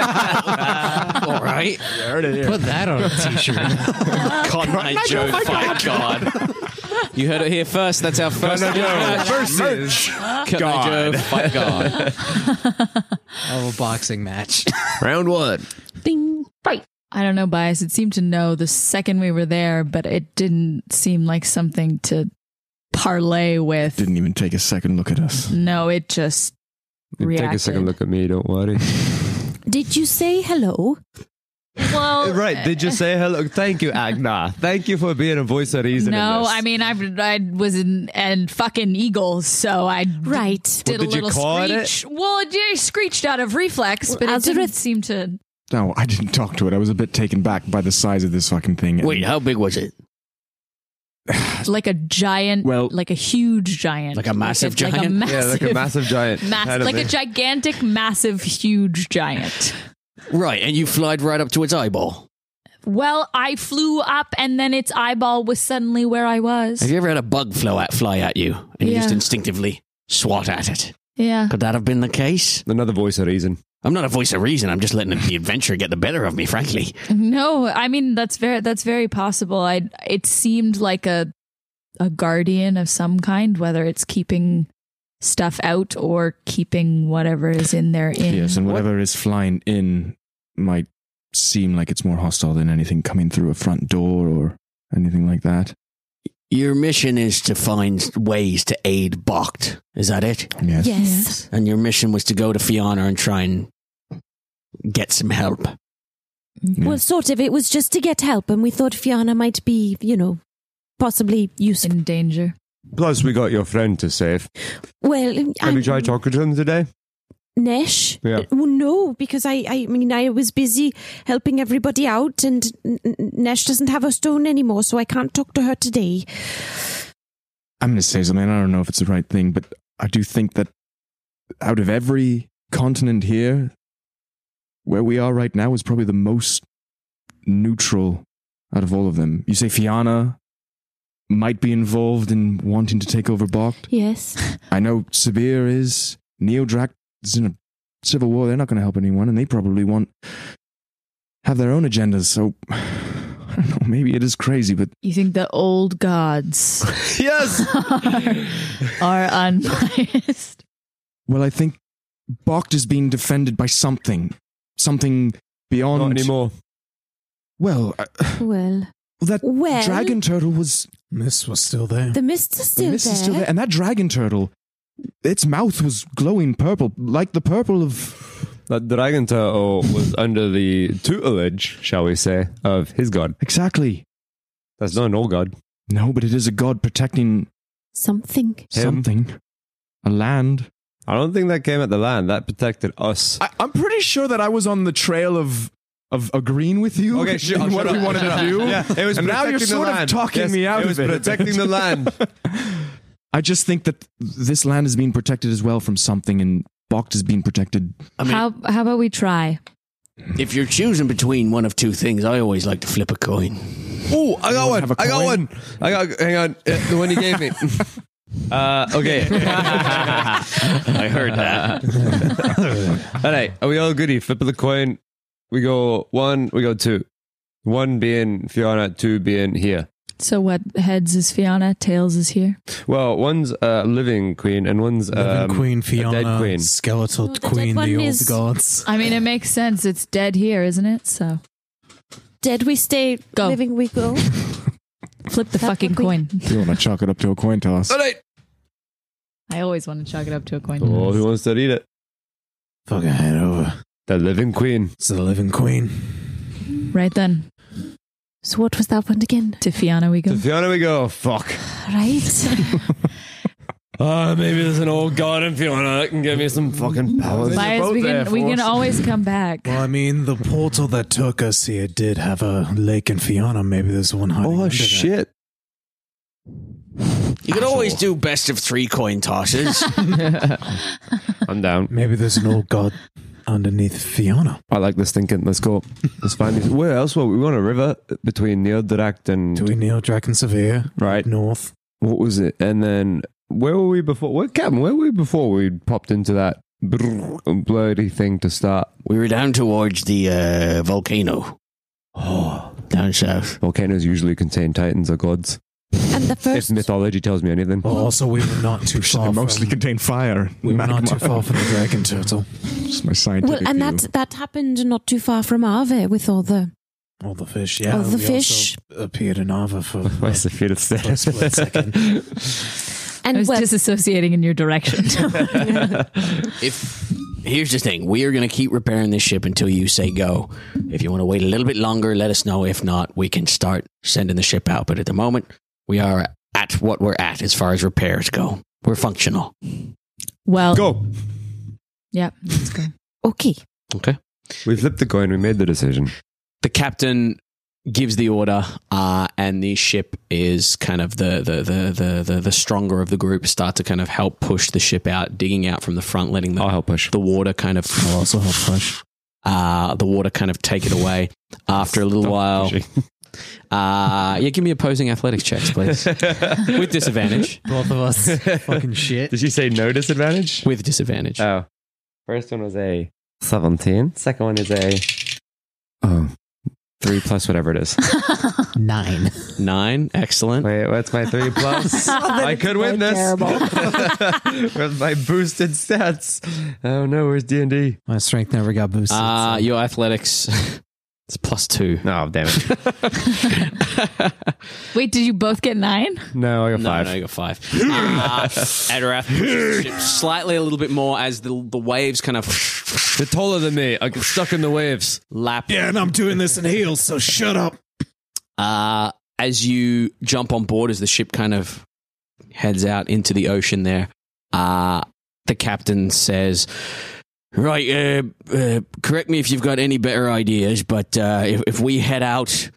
C: All right.
L: Put that on a t-shirt.
E: Cotton Eye Joe, fight God. You heard it here first. That's our first
L: Eye Joe
E: versus Cotton Eye Joe, fight God.
D: Oh, boxing match.
E: Round one.
G: Ding. Right. I don't know, Bias. It seemed to know the second we were there, but it didn't seem like something to parlay with.
I: Didn't even take a second look at us.
G: No, it just reacted.
F: Take a second look at me, don't worry.
H: Did you say hello?
G: Well,
F: right, did you say hello? Thank you, Agna. Thank you for being a voice of reason. in
G: No,
F: this.
G: I mean I I was in and fucking eagles, so I right did a
F: Well, did you
G: little
I: call it it?
G: screech. Well, it yeah, screeched out of reflex, but it didn't seem to.
I: No, I didn't talk to it. I was a bit taken back by the size of this fucking thing.
C: Wait, how big was it?
G: like a giant,
I: Well-
G: like a huge giant,
C: Like a massive
G: like
C: giant?
G: a
C: Yeah, like a massive giant.
G: mass-
C: Kind of
G: like a
C: thing.
G: gigantic, massive, huge giant.
C: Right, and you flied right up to its eyeball.
G: Well, I flew up, and then its eyeball was suddenly where I was.
C: Have you ever had a bug flow at, fly at you and you just
G: Yeah.
C: instinctively swat at it?
G: Yeah.
C: Could that have been the case?
F: Another voice of reason.
C: I'm not a voice of reason. I'm just letting the adventure get the better of me, frankly.
G: No, I mean that's very that's very possible. I it seemed like a a guardian of some kind, whether it's keeping stuff out or keeping whatever is in there in.
I: Yes, and whatever is flying in might seem like it's more hostile than anything coming through a front door or anything like that.
C: Your mission is to find ways to aid Bocht. Is that it?
I: Yes.
H: Yes.
C: And your mission was to go to Fiona and try and get some help.
H: Well, sort of. It was just to get help, and we thought Fiona might be, you know, possibly useful.
G: In danger.
F: Plus, we got your friend to save.
H: Well,
F: Have
H: I,
F: you tried talking to him today?
H: Nesh?
F: Yeah.
H: Well, no, because I, I mean, I was busy helping everybody out, and N- N- Nesh doesn't have a stone anymore, so I can't talk to her today.
I: I'm going to say something. I don't know if it's the right thing, but I do think that out of every continent here, where we are right now is probably the most neutral out of all of them. You say Fiana might be involved in wanting to take over Bocht.
H: Yes.
I: I know Sabir is. Neodrac is in a civil war. They're not going to help anyone, and they probably want have their own agendas. So I don't know. Maybe it is crazy, but
G: You think the old gods
F: yes
G: are, are unbiased?
I: Well, I think Bocht is being defended by something, something beyond.
F: Not anymore.
I: Well, uh,
H: Well,
I: that
H: well,
I: dragon turtle was.
K: Mist was still there.
H: The mists are still
I: mist
H: there.
I: is still there, and that dragon turtle, its mouth was glowing purple, like the purple of.
F: That dragon turtle was under the tutelage, shall we say, of his god.
I: Exactly.
F: That's not an old god.
I: No, but it is a god protecting
H: Something.
I: something, a land.
F: I don't think that came at the land. That protected us.
I: I, I'm pretty sure that I was on the trail of of agreeing with you
F: Okay, sure.
I: in what
F: sure.
I: we wanted to do.
F: Yeah, it was
I: and now you're
F: protecting the
I: sort of
F: land.
I: talking
F: Yes,
I: me out
F: It was
I: of it.
F: protecting the land.
I: I just think that this land is being protected as well from something, and Bocht is being protected.
G: how how about we try?
C: If you're choosing between one of two things, I always like to flip a coin.
F: Oh, I got one.
C: have a
F: I got
C: coin?
F: one. I got. Hang on. Uh, the one you gave me. uh, okay. I
C: heard
F: that. all right. Are we all goody? Flip of the coin. We go one. We go two. One being Fiona. Two being here.
G: So what heads is Fiona, tails is here.
F: Well, one's a living queen and one's um,
K: Queen
F: a
K: Fiona,
F: dead queen.
K: skeletal queen, the old gods.
G: I mean, it makes sense. It's dead here, isn't it? So
H: dead we stay,
G: go
H: living we go.
G: flip the fucking coin.
I: You want to chalk it up to a coin toss?
F: All right.
G: I always want to chalk it up to a coin.
F: Oh, who wants to read it?
K: Fucking head over.
F: The living queen.
K: It's the living queen.
G: Right then.
K: So what was that one again?
G: To Fiona we go.
F: Fiona, we go. Fuck.
K: Right.
F: Uh, maybe there's an old god in Fiona that can give me some fucking powers.
G: Bias, we can, we can always come back.
D: Well, I mean, the portal that took us here did have a lake in Fiona. Maybe there's one hiding. Oh shit!
C: You could always do best of three coin tosses.
F: I'm down.
D: Maybe there's an old god underneath Fiona.
F: I like this thinking. Let's go. Let's find these. Where else? Well, we want a river between Neodract and.
D: Between Neodract and Severe.
F: Right.
D: North.
F: What was it? And then where were we before? Where, Captain, where were we before we popped into that brrr, bloody thing to start?
C: We were down towards the uh, volcano.
F: Oh,
C: down south.
F: Volcanoes usually contain titans or gods.
K: And the
F: If
K: first
F: mythology tells me anything.
C: Oh,
D: Well, also we were not too far.
I: They mostly
D: from,
I: contain fire.
D: we were not
I: magma.
D: too far from the dragon turtle.
I: It's my
K: Well,
I: scientific
K: and
I: view.
K: that that happened not too far from Ave with all the
D: All the fish, yeah.
K: All the
D: we
K: fish.
D: also appeared in Ava for
F: Why is the fear of
D: for a split second.
K: and
G: I was
K: well-
G: disassociating in your direction.
C: If here's the thing, we are going to keep repairing this ship until you say go. If you want to wait a little bit longer, let us know. If not, we can start sending the ship out. But at the moment, we are at what we're at as far as repairs go. We're functional.
G: well,
F: Go.
G: Yep.
K: Okay.
C: Okay.
F: We flipped the coin. We made the decision.
E: the captain gives the order, uh, and the ship is kind of the the, the, the the the stronger of the group start to kind of help push the ship out, digging out from the front, letting the
F: I'll help push.
E: the water kind of
D: I'll also help push.
E: uh, the water kind of take it away. After a little while, uh, yeah, give me opposing athletics checks, please, with disadvantage.
M: Both of us. Fucking shit.
F: Did you say no disadvantage?
E: With disadvantage.
F: Oh. First one was a 17. Second one is a oh, 3 plus whatever it is.
M: Nine.
E: Nine. Excellent.
F: Wait, what's my 3 plus? I could win this. With my boosted stats. Oh no, where's D&D?
M: My strength never got boosted.
E: Uh, your athletics is plus two.
F: um, Oh, damn it.
G: Wait, did you both get nine?
F: No, I got
E: No,
F: 5.
E: no, you got five. uh, Adarath pushes the ship slightly a little bit more as the the waves kind of
F: They're taller than me. I get stuck in the waves.
E: lap.
D: Yeah, and I'm doing this in heels, so shut up.
E: Uh, as you jump on board, as the ship kind of heads out into the ocean, there, uh, the captain says,
C: Right. Uh, uh, correct me if you've got any better ideas, but uh, if, if we head out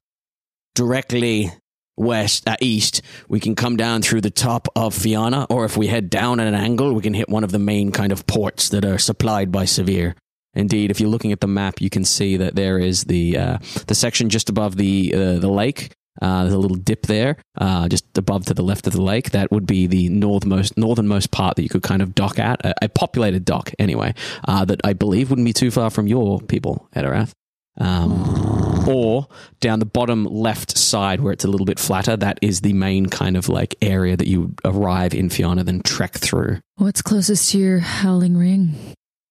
C: directly west, uh, east, we can come down through the top of Fiana, or if we head down at an angle, we can hit one of the main kind of ports that are supplied by Severe.
E: Indeed, if you're looking at the map, you can see that there is the uh, the section just above the uh, the lake. Uh, there's a little dip there, uh, just above to the left of the lake. That would be the northernmost northernmost part that you could kind of dock at a, a populated dock, anyway. Uh, that I believe wouldn't be too far from your people, Edirath. Um, or down the bottom left side where it's a little bit flatter. That is the main kind of like area that you arrive in Fiona, then trek through.
G: What's closest to your howling ring?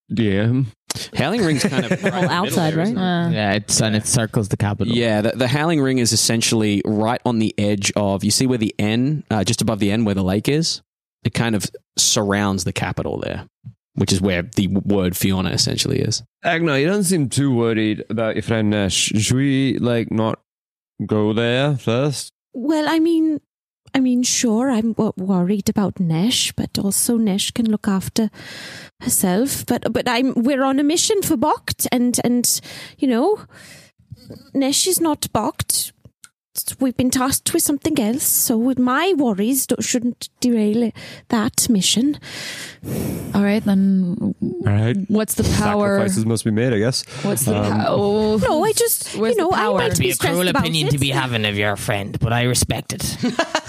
F: Yeah.
E: Howling Ring's kind of
K: all outside, right?
G: Uh,
L: Yeah, it's and it circles the capital.
E: Yeah, the, the Howling Ring is essentially right on the edge of. You see where the N, uh, just above the N, where the lake is. It kind of surrounds the capital there, which is where the word Fiona essentially is.
F: Agnar, you don't seem too worried about your friend Nash. Should we, like, not go there first?
K: Well, I mean, I mean, sure, I'm w- worried about Nesh, but also Nesh can look after herself. But but I'm we're on a mission for Bokt, and and you know, Nesh is not Bokt. We've been tasked with something else, so with my worries do- shouldn't derail that mission.
G: all right, then.
L: Um,
F: All right.
G: What's the power?
F: Sacrifices must be made, I guess.
G: What's the
F: Um,
G: power?
K: No, I just
G: Where's
K: you know
G: the
K: I
G: Uh, oh. power?
K: might
L: It'd be
K: be
L: a
K: stressed
L: cruel
K: about
L: opinion
K: it.
L: to be having of your friend, but I respect it.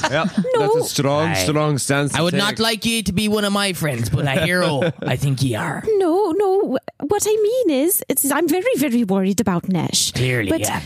F: Yeah, that's a strong,
L: I-
F: strong stance. to
L: I would
F: take.
L: not like ye to be one of my friends, but a hero, I think ye are.
K: No, no. What I mean is, it's, I'm very, very worried about Nesh.
L: Clearly,
K: But-
L: yeah.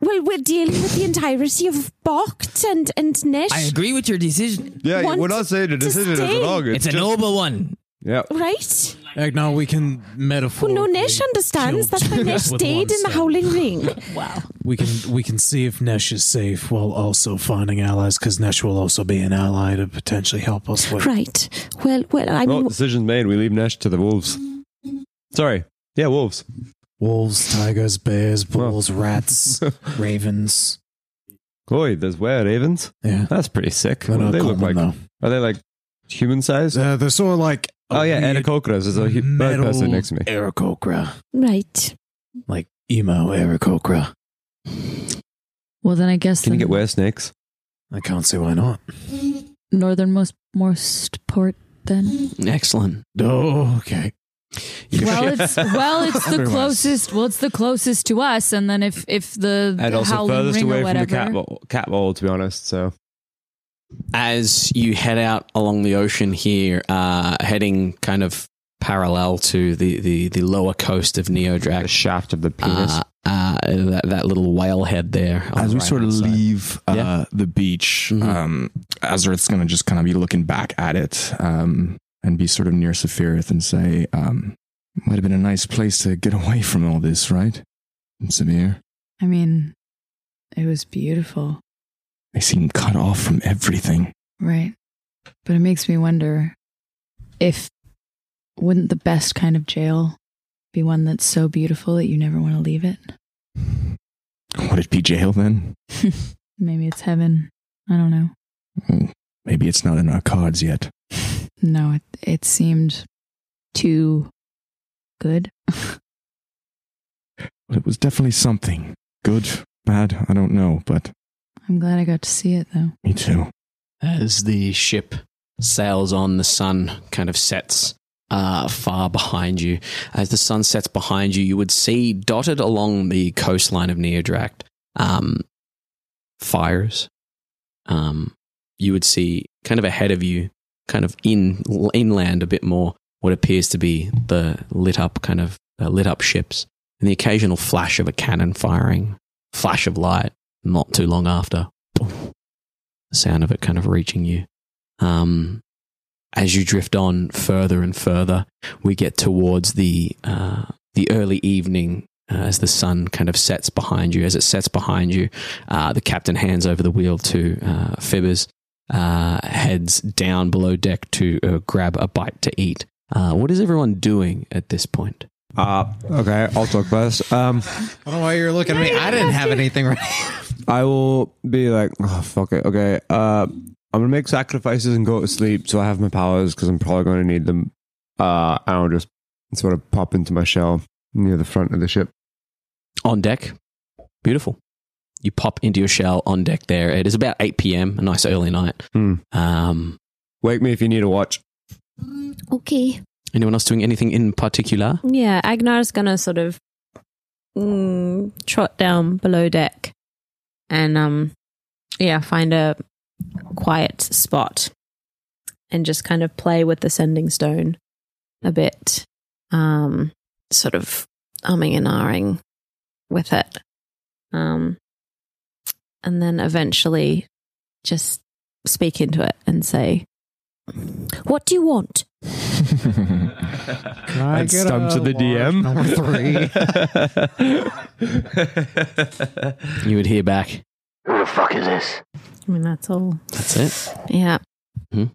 K: Well, we're dealing with the entirety of Bokt and and Nesh.
L: I agree with your decision.
F: Yeah,
K: want
F: we're not saying the
K: to
F: decision is
K: stay.
F: wrong.
L: It's,
F: It's,
L: a
F: just,
L: noble one.
F: Yeah,
K: Right?
D: Agnar, we can metaphor.
K: Well, no, Nesh understands. That's why Nesh stayed in the Howling Ring.
G: Wow.
D: We can we can see if Nesh is safe while also finding allies, because Nesh will also be an ally to potentially help us with.
K: Right. Well, well, I
F: well,
K: mean,
F: decision's made. We leave Nash to the wolves. Sorry. Yeah, wolves.
K: Wolves, tigers, bears, bulls, rats, ravens.
F: Chloe, there's were ravens.
K: Yeah,
F: that's pretty sick.
K: They're
F: What do
K: not
F: they look like?
K: common,
F: Are they like human sized?
K: Uh, they're sort of like.
F: Oh yeah,
K: weird
F: Anacocras is a hu- bird
K: metal
F: person next to me.
K: Aarakocra,
H: Right.
K: like emo Aarakocra.
G: Well, then I guess
F: Can
G: the
F: you get were snakes?
K: I can't see why not.
G: northernmost most port then.
E: Excellent.
K: Oh, okay.
G: Well, it's well, it's the closest. Well, it's the closest to us. And then if if the,
F: And
G: the
F: also
G: howling
F: furthest
G: ring
F: away
G: or
F: from
G: whatever,
F: the cat ball, cat ball, to be honest. So
E: as you head out along the ocean here, uh, heading kind of parallel to the, the, the lower coast of Neodrac. The
F: shaft of the
E: penis. Uh, uh, that, that little whale head there. on
I: As
E: the
I: we
E: right
I: sort of
E: hand side. Mm-hmm.
I: leave uh, the beach, um, Azereth's going to just kind of be looking back at it um, and be sort of near Sephiroth and say, um, might have been a nice place to get away from all this, right? Samir,
N: I mean, it was beautiful,
I: they seem cut off from everything.
N: right? But it makes me wonder if wouldn't the best kind of jail be one that's so beautiful that you never want to leave it?
I: Would it be jail then?
N: Maybe it's heaven. I don't know.
I: Mm, Maybe it's not in our cards yet.
N: No, it it seemed too good.
I: But it was definitely something. Good, bad, I don't know, but
N: I'm glad I got to see it though.
I: me too.
E: As the ship sails on, the sun kind of sets uh, far behind you. As the sun sets behind you, you would see dotted along the coastline of Neodract um, fires. Um, you would see kind of ahead of you, kind of in inland a bit more, what appears to be the lit up kind of uh, lit up ships and the occasional flash of a cannon firing, flash of light. Not too long after, the sound of it kind of reaching you. Um, as you drift on further and further, we get towards the uh, the early evening uh, as the sun kind of sets behind you. As it sets behind you, uh, the captain hands over the wheel to uh, Fibbers, uh, heads down below deck to uh, grab a bite to eat. Uh, what is everyone doing at this point?
F: Uh, okay, I'll talk first. Um,
D: I don't know why you're looking at me. I didn't have anything right.
F: I will be like, oh, fuck it. Okay. Uh, I'm going to make sacrifices and go to sleep so I have my powers because I'm probably going to need them. Uh, and I'll just sort of pop into my shell near the front of the ship.
E: on deck. Beautiful. You pop into your shell on deck there. It is about 8 p.m., a nice early night. Um,
F: Hmm. Wake me if you need a watch.
H: Okay.
E: Anyone else doing anything in particular?
H: Yeah, Agnar's gonna sort of mm, trot down below deck, and um, yeah, find a quiet spot, and just kind of play with the sending stone a bit, um, sort of umming and ahhing with it, um, and then eventually just speak into it and say, "What do you want?"
I: Can
D: I
F: I'd
D: get
F: stump
D: a
F: to the
D: large
F: DM.
D: number
F: three?
E: you would hear back.
H: Who the fuck is this? I mean, that's all.
E: That's it.
H: Yeah.
E: That's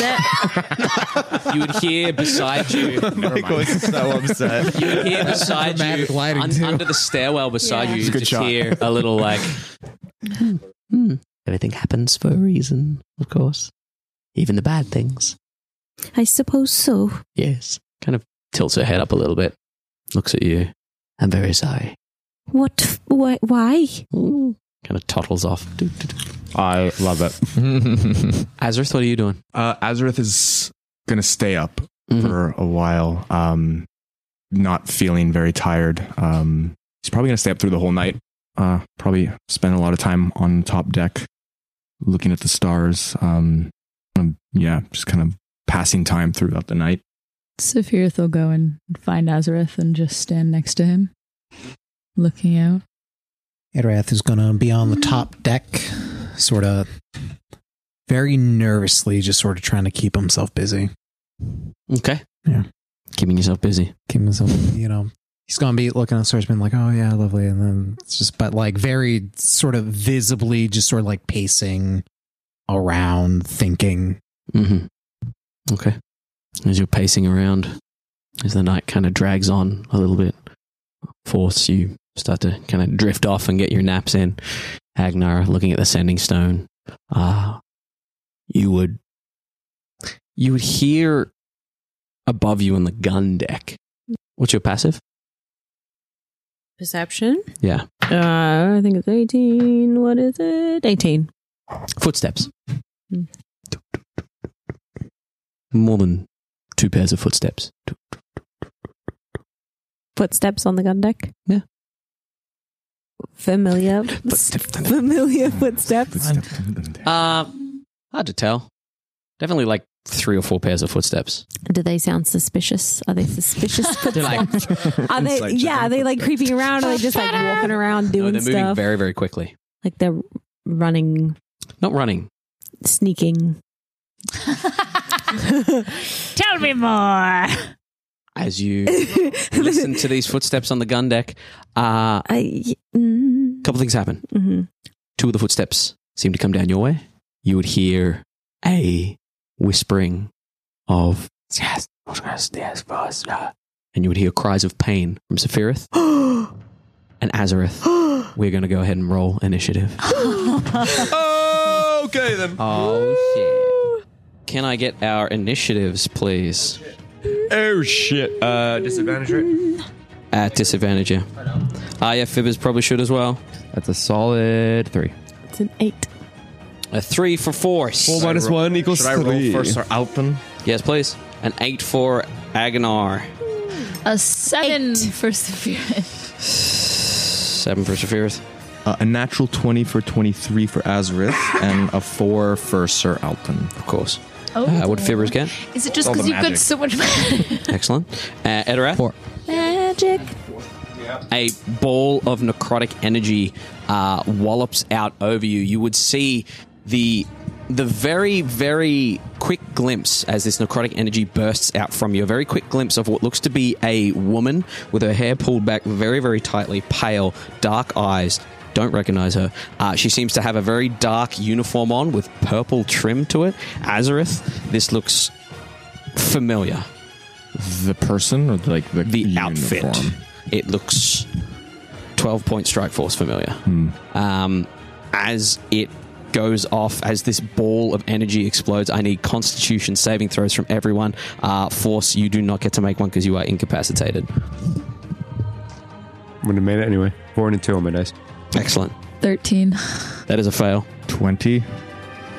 E: it. you would hear beside you. Michael is so upset. You would hear beside you, un- under the stairwell beside you, you just hear a little like, everything happens for a reason, of course. Even the bad things.
H: I suppose so.
E: Yes. Kind of tilts her head up a little bit, looks at you. I'm very sorry.
H: What? f- Why? why?
E: Kind of tottles off.
F: I love it.
E: Azareth, what are you doing? Mm-hmm.
I: Uh, Azareth is going to stay up for a while, um, not feeling very tired. Um, he's probably going to stay up through the whole night. Uh, probably spend a lot of time on top deck looking at the stars. Um, um, yeah, just kind of passing time throughout the night.
N: Sephiroth will go and find Azareth and just stand next to him, looking out.
D: Edrath is going to be on the top deck, sort of very nervously, just sort of trying to keep himself busy.
E: Okay.
D: Yeah.
E: Keeping yourself busy.
D: Keep himself, you know, he's going to be looking at the stars, being like, oh, yeah, lovely. And then it's just, but like very sort of visibly, just sort of like pacing around, thinking.
E: Mm-hmm. Okay. As you're pacing around, as the night kind of drags on a little bit, force you start to kind of drift off and get your naps in. Agnar, looking at the sending stone, uh, you would you would hear above you on the gun deck. What's your passive?
H: Perception?
E: Yeah,
H: Uh, I think it's 18. What is it? 18.
E: footsteps. More than two pairs of footsteps.
H: Footsteps on the gun deck?
E: Yeah.
H: Familiar. familiar footsteps.
E: Uh, hard to tell. Definitely like three or four pairs of footsteps.
H: Do they sound suspicious? Are they suspicious?
E: They're like,
H: are they?
E: Inside
H: Yeah, are they like creeping around? Are they just like walking around
E: no,
H: doing
E: they're moving
H: stuff?
E: very, very quickly.
H: like they're running,
E: Not running.
H: sneaking.
G: Tell me more.
E: As you listen to these footsteps on the gun deck, uh,
H: a
E: couple things happen.
H: Mm-hmm.
E: Two of the footsteps seem to come down your way. You would hear a whispering of yes, yes, yes, yes, yeah," and you would hear cries of pain from Sephiroth and Azareth. We're going to go ahead and roll initiative.
D: uh."
F: okay then.
E: Oh shit! Can I get our initiatives, please?
F: Oh shit! Uh, disadvantage rate.
E: At disadvantage, yeah. Ah, yeah, Fibbers probably should as well.
F: That's a solid three.
H: It's an eight.
E: A three for force.
F: Four minus Should I roll- one equals should I roll three. first or
E: Alpen? Yes, please. An eight for Agnar.
G: A seven for Sephiroth.
E: Seven for Sephiroth.
I: Uh, a natural 20 for 23 for Azareth, and a 4 for Sir Alton. Of
E: course.
G: Oh.
E: Uh, what did Fibbers get?
G: Is it just because you've got so much
E: Excellent. Uh, Edorath? Four.
H: magic?
E: a ball of necrotic energy uh, wallops out over you. You would see the the very very quick glimpse as this necrotic energy bursts out from you. A very quick glimpse of what looks to be a woman with her hair pulled back very very tightly, pale, dark eyes. Don't recognize her. Uh, she seems to have a very dark uniform on with purple trim to it. Azareth, this looks familiar
I: The person, or like the, the
E: outfit. It looks 12 point strike force familiar.
I: Hmm.
E: Um, as it goes off, as this ball of energy explodes, I need constitution saving throws from everyone. Uh, force, you do not get to make one because you are incapacitated.
F: Would have made it anyway. Four and a two on my dice.
E: Excellent.
G: 13.
E: That is a fail.
I: 20.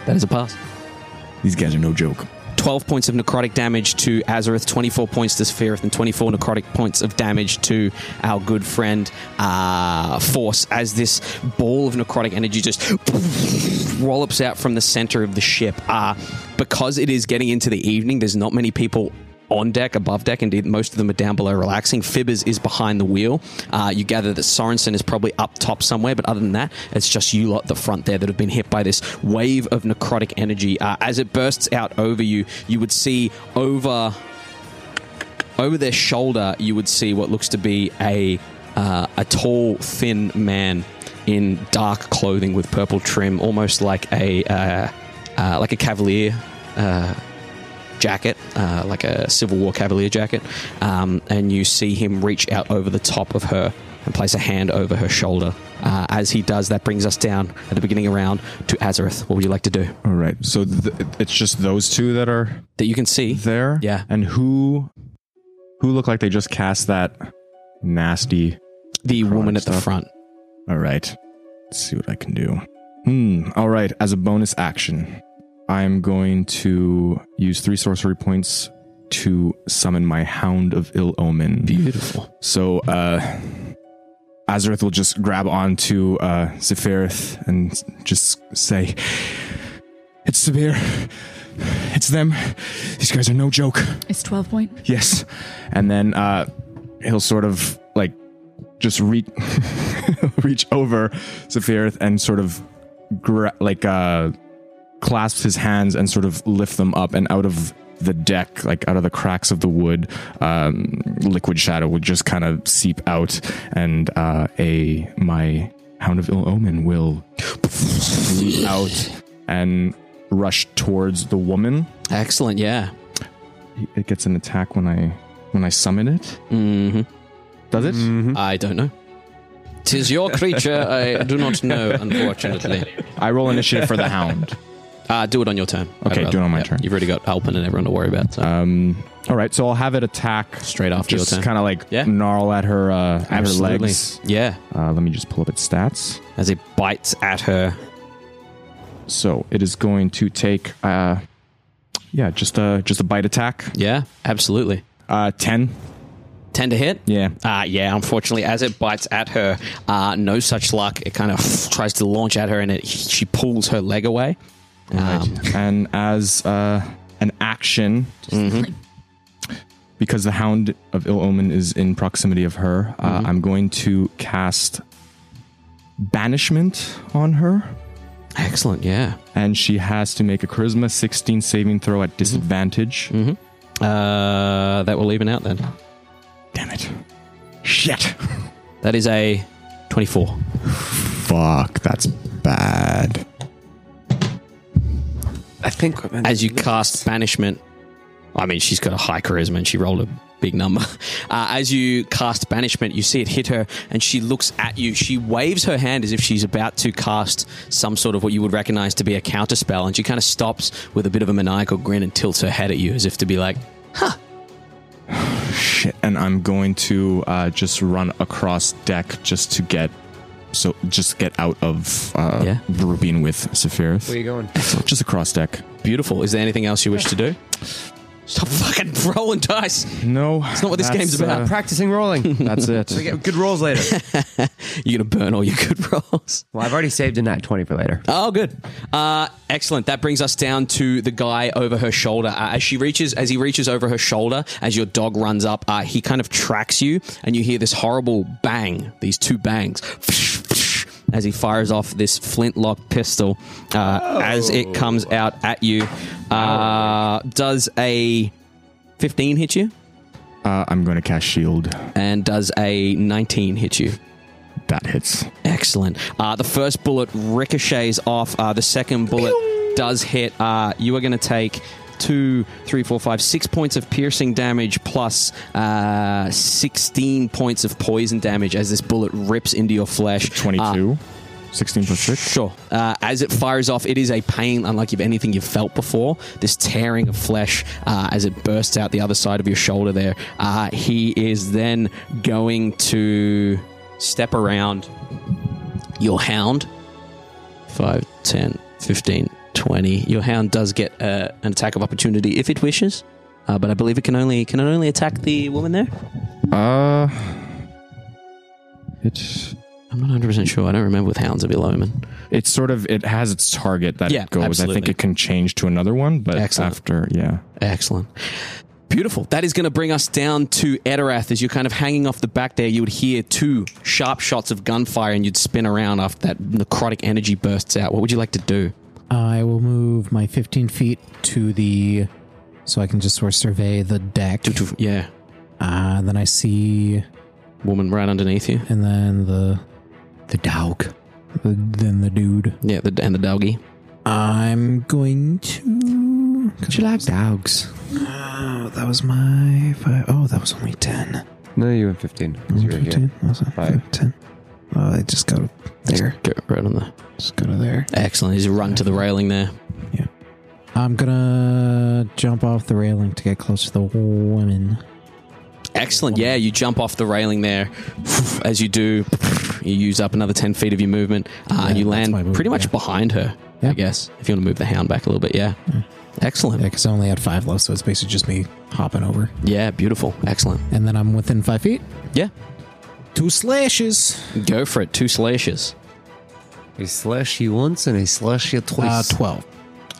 E: That is a pass.
I: These guys are no joke.
E: 12 points of necrotic damage to Azareth, 24 points to Sephiroth, and 24 necrotic points of damage to our good friend uh, Force as this ball of necrotic energy just rollops out from the center of the ship. Uh, because it is getting into the evening, there's not many people on deck, above deck, indeed, most of them are down below relaxing. Fibbers is behind the wheel. Uh, you gather that Sorensen is probably up top somewhere, but other than that, it's just you lot at the front there that have been hit by this wave of necrotic energy. Uh, as it bursts out over you, you would see over over their shoulder, you would see what looks to be a uh, a tall, thin man in dark clothing with purple trim, almost like a uh, uh, like a cavalier uh, jacket, uh, like a Civil War cavalier jacket. Um, and you see him reach out over the top of her and place a hand over her shoulder. Uh, as he does, that brings us down at the beginning of round to Azareth. What would you like to do?
I: All right. So th- it's just those two that are
E: that you can see
I: there.
E: Yeah.
I: And who who look like they just cast that nasty
E: the woman at the front.
I: All right. Let's see what I can do. Hmm. All right. As a bonus action, I'm going to use three sorcery points to summon my Hound of Ill Omen.
E: Beautiful.
I: So, uh, Azareth will just grab onto uh, Sephiroth and just say, It's Sabir. It's them. These guys are no joke.
G: It's 12 point.
I: Yes. And then uh, he'll sort of like just reach reach over Sephiroth and sort of gra- like uh, clasps his hands and sort of lift them up and out of the deck, like out of the cracks of the wood, um, liquid shadow would just kind of seep out, and uh, a my hound of ill omen will leap out and rush towards the woman.
E: Excellent, yeah.
I: It gets an attack when I when I summon it?
E: Mm-hmm.
I: Does it?
E: I don't know. Tis your creature. I do not know, unfortunately.
I: I roll initiative for the hound.
E: Uh, do it on your turn. I'd
I: Okay,
E: rather.
I: do it on my
E: Yeah,
I: turn.
E: You've already got Alpin and everyone to worry about. So.
I: Um, all right, so I'll have it attack
E: straight after your
I: just
E: turn.
I: kind of like gnarl at her, uh, at her
E: Absolutely.
I: legs.
E: Yeah.
I: Uh, let me just pull up its stats.
E: As it bites at her.
I: So it is going to take, uh, yeah, just a just a bite attack.
E: Yeah, absolutely.
I: Uh, ten.
E: Ten to hit?
I: Yeah.
E: Uh, yeah, unfortunately, as it bites at her, uh, no such luck. It kind of tries to launch at her and it, she pulls her leg away. Um,
I: Right. and as uh, an action,
E: Mm-hmm.
I: because the Hound of Ill Omen is in proximity of her, uh, I'm going to cast Banishment on her.
E: Excellent, yeah.
I: And she has to make a Charisma 16 saving throw at disadvantage.
E: Mm-hmm. Uh, that will even out then.
I: Damn it. Shit.
E: That is a 24.
I: Fuck, that's bad.
E: I think as you cast banishment, I mean she's got a high charisma and she rolled a big number. Uh, as you cast banishment, you see it hit her, and she looks at you. She waves her hand as if she's about to cast some sort of what you would recognize to be a counter spell, and she kind of stops with a bit of a maniacal grin and tilts her head at you as if to be like,
I: Shit. And I'm going to uh, just run across deck just to get. So just get out of uh, Rubin with Sephiroth.
E: Where you going?
I: Just across deck.
E: "Beautiful." Is there anything else you wish to do? Stop fucking rolling dice.
I: No,
E: it's not what this
J: that's,
E: game's about.
J: uh, practicing rolling.
I: That's it.
J: We get good rolls later.
E: You're gonna burn all your good rolls.
J: Well, I've already saved a nat twenty for later.
E: Oh, good. Uh, excellent. That brings us down to the guy over her shoulder. Uh, as she reaches, as he reaches over her shoulder, as your dog runs up, uh, he kind of tracks you, and you hear this horrible bang. These two bangs. As he fires off this flintlock pistol, uh, as it comes out at you, uh, does a fifteen hit you?
I: Uh, I'm going to cast shield.
E: And does a 19 hit you?
I: That hits.
E: Excellent. Uh, the first bullet ricochets off. Uh, the second bullet does hit. Uh, you are going to take two, three, four, five, six points of piercing damage plus uh, 16 points of poison damage as this bullet rips into your flesh. Uh,
I: 22. 16 plus 6.
E: Sure. Uh, as it fires off, it is a pain unlike you've anything you've felt before. This tearing of flesh uh, as it bursts out the other side of your shoulder there. Uh, he is then going to step around your hound. 5, 10, 15, 20. Your hound does get uh, an attack of opportunity if it wishes, uh, but I believe it can only can it only attack the woman there.
I: Uh, it.
E: I'm not 100 percent sure. I don't remember with hounds of Ilomen.
I: It's sort of it has its target that
E: Yeah,
I: it goes. I think
E: absolutely.
I: it can change to another one, but
E: Excellent.
I: after yeah.
E: Excellent. Beautiful. That is going to bring us down to Edorath. As you're kind of hanging off the back there, you would hear two sharp shots of gunfire and you'd spin around after that necrotic energy bursts out. What would you like to do?
D: I will move my 15 feet to the. So I can just sort of survey the deck.
E: Yeah.
D: Uh, and then I see.
E: Woman right underneath you.
D: And then the. The dog. The, then the dude.
E: Yeah, the, and the doggy.
D: I'm going to. Could you like dogs? Oh, that was my. Five, oh, that was only 10.
J: No, you went fifteen. 'cause you were here.
D: 15? Was it?
J: Five.
D: 10. Oh, I just go there.
E: Go right on there.
D: Just go to there.
E: Excellent. He's run to the railing there.
D: I'm gonna jump off the railing to get close to the women.
E: Excellent. Yeah, you jump off the railing there. As you do, you use up another 10 feet of your movement. Uh, and you land pretty much behind her, I guess, if you want to move the hound back a little bit. Yeah. Excellent.
D: Yeah, because I only had five left, so it's basically just me hopping over.
E: Yeah, beautiful. Excellent.
D: And then I'm within five feet.
E: Yeah.
D: Two slashes.
E: Go for it. Two slashes.
J: A slash you once and a slash you twice.
D: Uh, 12.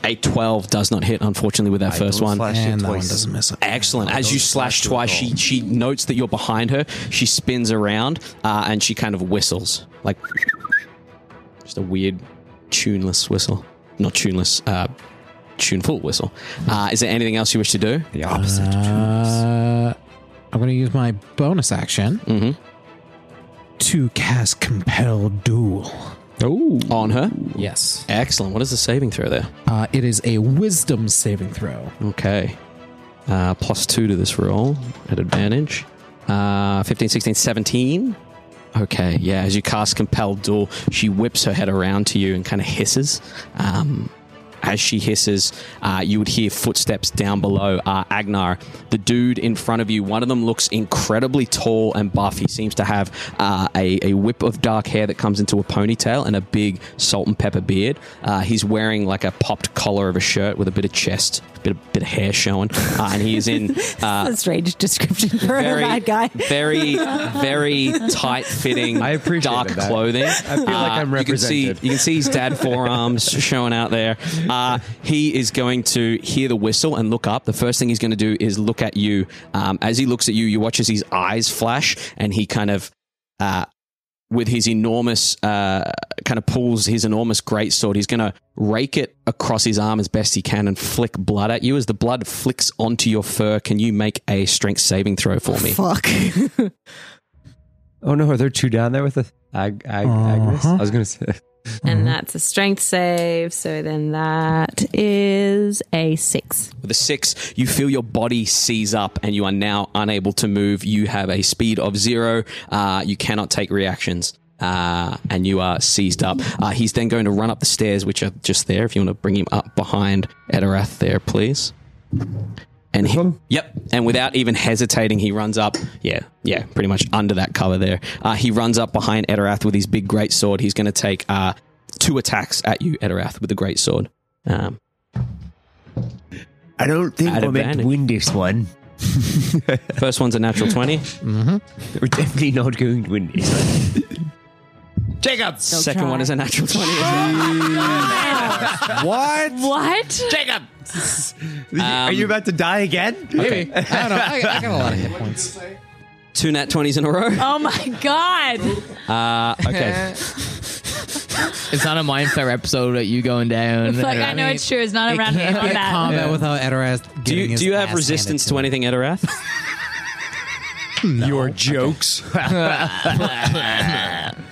E: A 12 does not hit, unfortunately, with that
J: I
E: first
J: don't
E: one.
J: slash you And that one twice. doesn't
D: miss.
E: Excellent. As you slash twice, she, she notes that you're behind her. She spins around uh, and she kind of whistles. Like, just a weird, tuneless whistle. Not tuneless, uh, tuneful whistle. Uh, is there anything else you wish to do?
J: The
D: Uh, I'm gonna use my bonus action
I: Mm-hmm.
D: to cast Compel Duel.
J: Uh,
E: Oh. On her?
D: Yes.
E: Excellent. What is the saving throw there?
D: Uh, it is a Wisdom saving throw.
E: Okay. uh, plus two to this roll at advantage. Uh, 15, 16, 17. Okay, yeah. As you cast Compelled Duel, she whips her head around to you and kind of hisses. Um, as she hisses, uh, you would hear footsteps down below. Uh, Agnar, the dude in front of you, one of them looks incredibly tall and buff. He seems to have uh, a, a whip of dark hair that comes into a ponytail and a big salt and pepper beard. Uh, he's wearing like a popped collar of a shirt with a bit of chest, bit of, bit of hair showing. Uh, and he is in. Uh,
H: a strange description for
E: very-
H: a bad guy.
E: very, very tight fitting, dark clothing. I
H: feel like I'm
E: You can, see, you can see his dad forearms showing out there. Uh, he is going to hear the whistle and look up. The first thing he's going to do is look at you. Um, as he looks at you, you watch as his eyes flash and he kind of. Uh, with his enormous, uh, kind of pulls his enormous greatsword. He's going to rake it across his arm as best he can and flick blood at you. As the blood flicks onto your fur, can you make a strength saving throw for me?
F: Oh no, are there two down there with the ag- ag-
J: Uh-huh.
F: Agnes? I was gonna say.
E: Mm-hmm.
H: And that's a strength save. So then that is a six.
E: With a six, you feel your body seize up and you are now unable to move. You have a speed of zero. Uh, you cannot take reactions. Uh, and you are seized up. Uh, he's then going to run up the stairs, which are just there. If you want to bring him up behind Edirath, there, please. And he, yep, and without even hesitating, he runs up. Yeah, yeah, pretty much under that cover there. Uh, he runs up behind Edirath with his big great sword. He's going to take uh, two attacks at you, Edirath, with the great sword. Um,
O: I don't think
E: At
O: we're meant
E: advantage.
O: to win this one.
E: First one's a natural 20.
O: We're definitely not going to win this one.
E: Jacob! Second one is a natural 20.
O: what?
G: What?
O: Jacob! Are you about to die again?
E: Maybe. Um, I don't know. I- I got a lot of hit
O: points.
E: Two nat 20s in a row.
G: Oh my god.
E: Uh, okay.
B: It's not a Mind Flayer episode that you going down.
G: Fuck, I know it's true. It's not around me.
D: can't
G: My
D: be
G: bad.
D: combat
B: Yeah.
D: without Edoras
E: Do
D: getting
E: you,
D: his
E: do you
D: ass
E: have
D: handed
E: resistance to anything, Edorath?
D: Your
O: jokes.
B: Uh,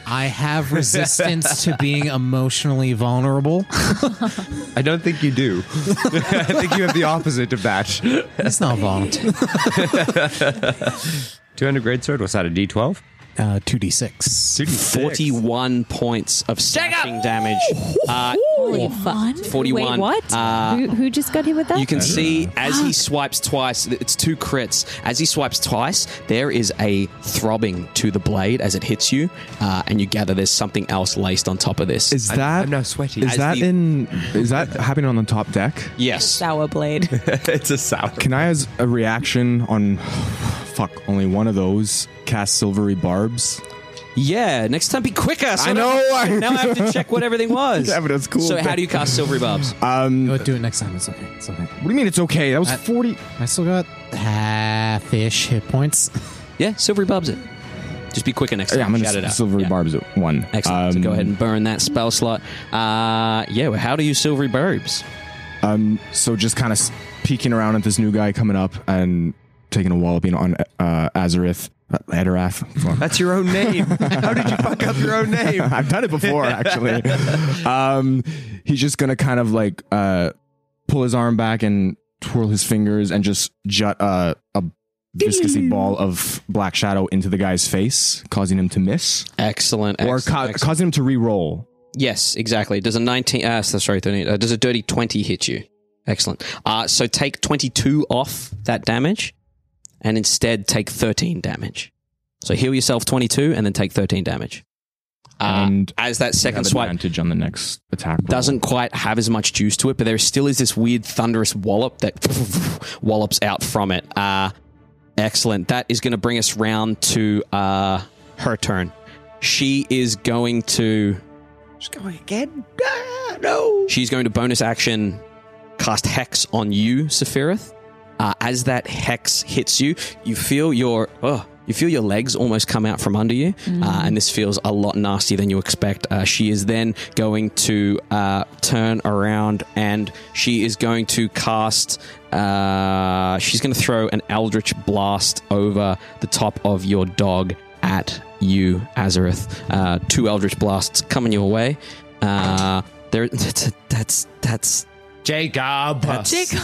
D: I have resistance to being emotionally vulnerable.
F: I don't think you do. I think you have the opposite of that.
D: That's not vulnerable.
F: 200 grade sword, what's that, a d12?
D: Uh, 2d6.
E: 41 points of slashing damage. Uh,
H: Wait,
E: 41.
H: what?
E: Uh,
H: who, who just got hit with that?
E: You can see as he swipes twice, th- it's two crits. As he swipes twice, there is a throbbing to the blade as it hits you, uh, and you gather there's something else laced on top of this.
I: Is that
F: I'm now sweaty.
I: Is
E: As
I: that
E: the-
I: in? Is that happening on the top deck?
E: Yes.
H: Sour blade.
F: it's a sour.
I: Can I, as a reaction on, fuck, only one of those, cast Silvery Barbs?
E: Yeah, next time be quicker. so
I: I know.
E: don't- now I have to check what everything was.
I: Yeah, but it's cool.
E: So how do you cast Silvery Barbs?
I: Um,
D: do it next time. It's okay. It's okay.
I: What do you mean it's okay? That was
D: I-
I: 40.
D: I still got half-ish hit points.
E: Yeah, Silvery Barbs it. Just be quicker next time.
I: Yeah, I'm going
E: Shout it
I: to
E: out.
I: Silvery Barbs at one.
E: Excellent. so
I: Um,
E: go ahead and burn that spell slot. Uh, yeah, well, how do you Silvery Barbs?
I: Um, so just kind of peeking around at this new guy coming up and taking a walloping on uh, Azareth. Uh, Adarath. Fuck.
F: That's your own name. How did you fuck up your own name?
I: I've done it before, actually. um, he's just gonna kind of like uh, pull his arm back and twirl his fingers and just jut uh, a viscousy ball of black shadow into the guy's face, causing him to miss
E: Excellent.
I: or
E: excellent,
I: ca-
E: excellent.
I: causing him to re-roll.
E: Yes, exactly. Does a 19, uh, so- sorry, 13, uh, does a dirty 20 hit you? Excellent. Uh, so take 22 off that damage and instead take 13 damage. So heal yourself 22 and then take 13 damage. Uh,
I: And
E: as that second
I: have
E: swipe
I: advantage on the next attack. roll.
E: doesn't quite have as much juice to it, but there still is this weird thunderous wallop that wallops out from it. Uh, excellent. That is going to bring us round to uh, her turn. She is going to.
O: Just go again.
F: Ah,
E: She's going to bonus action cast Hex on you, Sephiroth. Uh, as that hex hits you, you feel your oh, you feel your legs almost come out from under you, uh, and this feels a lot nastier than you expect. Uh, she is then going to uh, turn around, and she is going to cast. Uh, she's going to throw an Eldritch Blast over the top of your dog at you, Azareth. Uh, two Eldritch Blasts coming your way. Uh, there, that's that's that's
O: Jacob.
E: That's-
G: Jacob.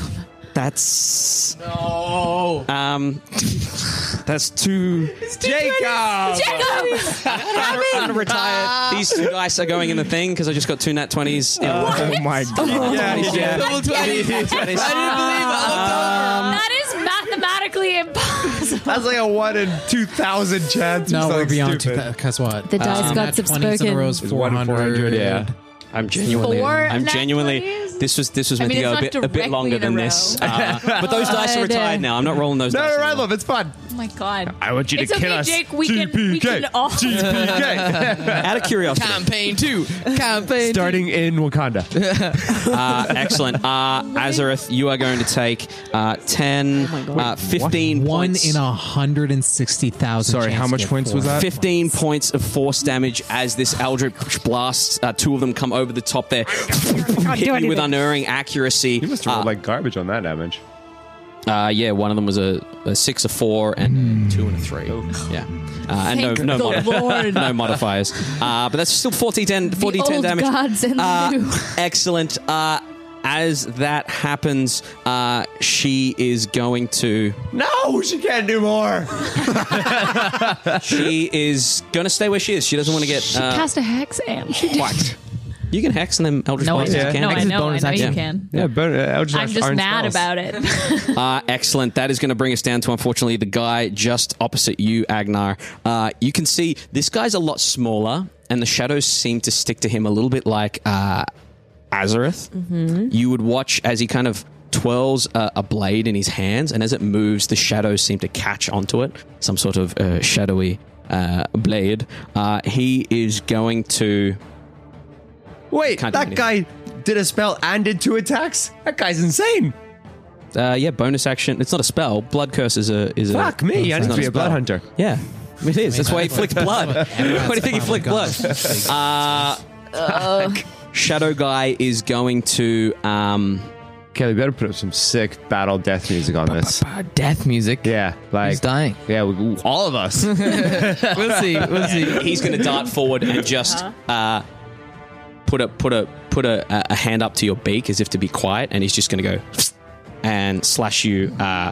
E: That's
B: no.
E: Um, that's two.
A: Jacob!
E: I'm gonna retire. These two dice are going in the thing because I just got two nat twenties.
A: Oh
I: my
A: God.
E: Yeah, yeah.
A: Double 20s.
E: Yeah,
A: I didn't believe it.
N: Uh,
E: Um,
G: that is mathematically impossible.
O: That's like a one in two thousand chance.
D: No, we're beyond two.
O: stupid.
D: Because what?
G: The dice
D: Um,
G: gods have
D: 20s in a row is
E: spoken.
D: 400.
E: Yeah. I'm genuinely.
G: Four
E: I'm
G: nat
E: genuinely. This was this was
G: I
E: meant
G: mean,
E: to go a
G: it's not
E: bit a bit
G: directly
E: longer
G: in a
E: than
G: row.
E: this, uh, but those dice are
G: God.
E: retired now. I'm not rolling those. dice anymore.
O: love It's fun.
G: Oh my god.
E: I want you to
G: it's
E: kill
G: okay,
E: us.
G: Jake. We can, we can all.
E: Out of curiosity.
B: Campaign two. Campaign.
O: Starting in Wakanda.
E: uh, excellent. Uh, Azareth, you are going to take uh, 10, uh, 15
D: One
E: points.
D: in a 160,000. chance to get four.
E: 15 points of force damage as this Eldritch blasts. Uh, two of them come over the top there. hit you with unerring accuracy. You must have rolled
F: like garbage on that damage.
E: Uh, yeah, one of them was a, a six, a four, and a two and a three. Yeah. Uh, and no,
G: Thank
E: no,
G: the
E: modi-
G: Lord.
E: no modifiers. Uh, but that's still 40, 10, 40,
G: the
E: 10
G: old
E: damage.
G: gods and the
E: Uh,
G: new.
E: Excellent. Uh, as that happens, uh, she is going to.
O: No, she can't do more.
E: She is going to stay where she is. She doesn't want to get.
G: She
E: uh,
G: cast a hex and she did.
E: you can hex and then Eldritch
G: No, I
E: Blast.
G: know.
E: you can.
G: No, I Hex is know, bonus I know you action. can.
F: Yeah, but, uh, Eldritch
G: I'm
E: Blast
G: just
E: aren't
G: mad
E: spells.
G: about it.
E: Uh, excellent. That is going to bring us down to, unfortunately, the guy just opposite you, Agnar. Uh, you can see this guy's a lot smaller, and the shadows seem to stick to him a little bit like uh, Azareth.
G: Mm-hmm.
E: You would watch as he kind of twirls a, a blade in his hands, and as it moves, the shadows seem to catch onto it. Some sort of uh, shadowy uh, blade. Uh, he is going to.
O: Wait,
E: Can't do
O: that guy did a spell and did two attacks. That guy's insane.
E: Uh, yeah, bonus action. It's not a spell. Blood curse is a is
O: Fuck
E: a.
O: me, I
E: it's
O: need
E: not
O: to be a blood
E: spell.
O: hunter.
E: Yeah, I mean, it is.
O: I mean,
E: That's why he
O: that's
E: flicked
O: what-
E: blood.
O: that's what
E: Why do you think he
O: everyone's
E: flicked blood? Uh, Shadow guy is going to. Um,
F: Kelly, better put up some sick battle death music on this.
B: Death music.
F: Yeah, like he's
B: dying.
F: Yeah, we, all of us.
B: we'll see. We'll see.
E: He's going to dart forward and just uh, put a put a put a, a hand up to your beak as if to be quiet, and he's just going to go and slash you uh,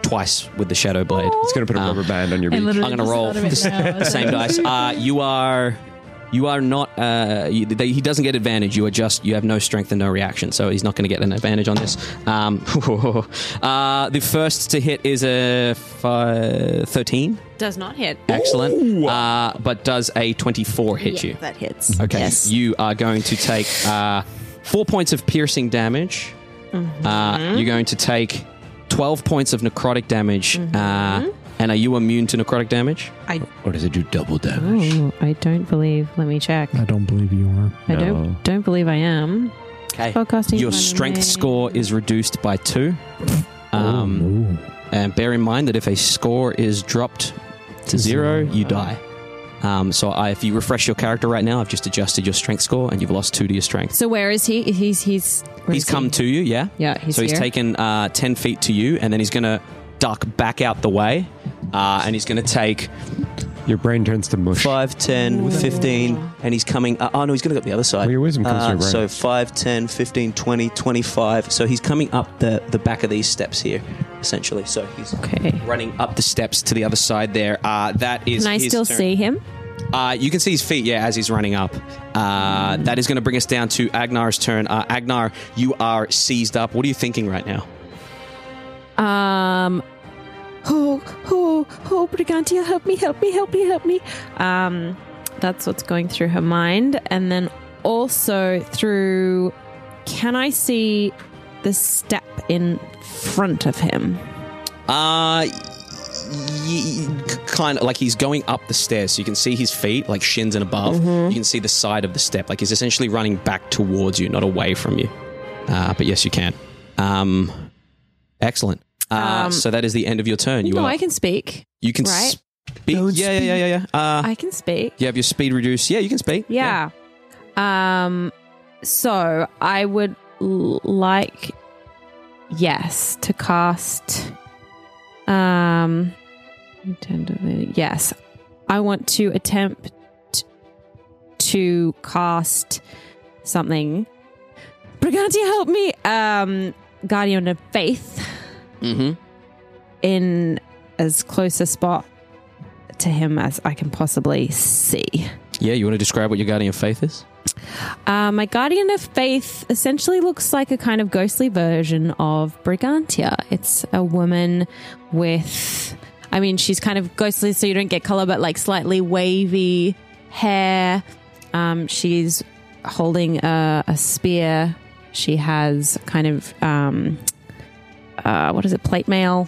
E: twice with the shadow blade. It's
F: going to put a rubber band on your
E: I'm
F: beak.
E: going
F: literally
E: to
F: just
E: roll
F: thought of it
E: the
F: now.
E: s- same dice. Uh, you are you are not. Uh, you, they, he doesn't get advantage. You are just you have no strength and no reaction, so he's not going to get an advantage on this. Um, uh, the first to hit is a fi- thirteen.
H: Does not hit.
E: Oh, Excellent. Uh, but does a 24 hit
H: Yeah,
E: you?
H: that hits.
E: Okay.
H: Yes.
E: You are going to take uh, four points of piercing damage.
H: Mm-hmm.
E: Uh, you're going to take 12 points of necrotic damage. Uh, and are you immune to necrotic damage?
H: Mm-hmm. I-
E: or does it do double damage?
H: Oh, I don't believe. Let me check.
D: I don't believe you are.
H: I don't don't believe I am.
E: Okay.
H: Podcasting
E: Your
H: fun
E: strength
H: away.
E: score is reduced by two. Um, and bear in mind that if a score is dropped to zero, you die. Um, so I, if you refresh your character right now, I've just adjusted your strength score and you've lost two to your strength.
H: So where is he? He's he's where
E: he's
H: is he?
E: come to you, yeah?
H: Yeah, he's
E: so he's
H: here.
E: taken uh, 10 feet to you and then he's going to duck back out the way uh, and he's going to take.
F: Your brain turns to mush.
E: 5, 10, 15, and he's coming. Uh, oh, no, he's going to go up the other side. Uh,
F: your wisdom comes to your
E: So
F: brain.
E: 5, 10, 15, 20, 25. So he's coming up the, the back of these steps here, essentially. So he's running up the steps to the other side there. Uh, that is
H: Can I
E: his
H: still
E: turn.
H: see him?
E: Uh, you can see his feet, yeah, as he's running up. Uh, that is going to bring us down to Agnar's turn. Uh, Agnar, you are seized up. What are you thinking right now?
H: Um. Oh, oh, oh, Brigantia, help me, help me, help me, help me. Um, that's what's going through her mind. And then also through, can I see the step in front of him?
E: Uh, kind of like he's going up the stairs, so you can see his feet, like shins and above.
H: Mm-hmm.
E: You can see the side of the step, like he's essentially running back towards you, not away from you. Uh, but yes, you can. Um, excellent. Uh,
H: Um,
E: so that is the end of your turn. You
H: no,
E: are.
H: I can speak.
E: you can
H: right?
E: speak. Yeah, yeah, yeah, yeah, yeah. Uh,
H: I can speak.
E: you have your speed reduced. Yeah, you can speak.
H: Yeah. Um so I would l- like yes to cast um intended- yes. I want to attempt to cast something Brigantia help me um Guardian of Faith
E: Mm-hmm.
H: in as close a spot to him as I can possibly see.
E: Yeah, you want to describe what your guardian of faith is?
H: Uh, my Guardian of Faith essentially looks like a kind of ghostly version of Brigantia. It's a woman with, I mean, she's kind of ghostly, so you don't get color, but like slightly wavy hair. Um, she's holding a, a spear. She has kind of, um, uh, what is it, plate mail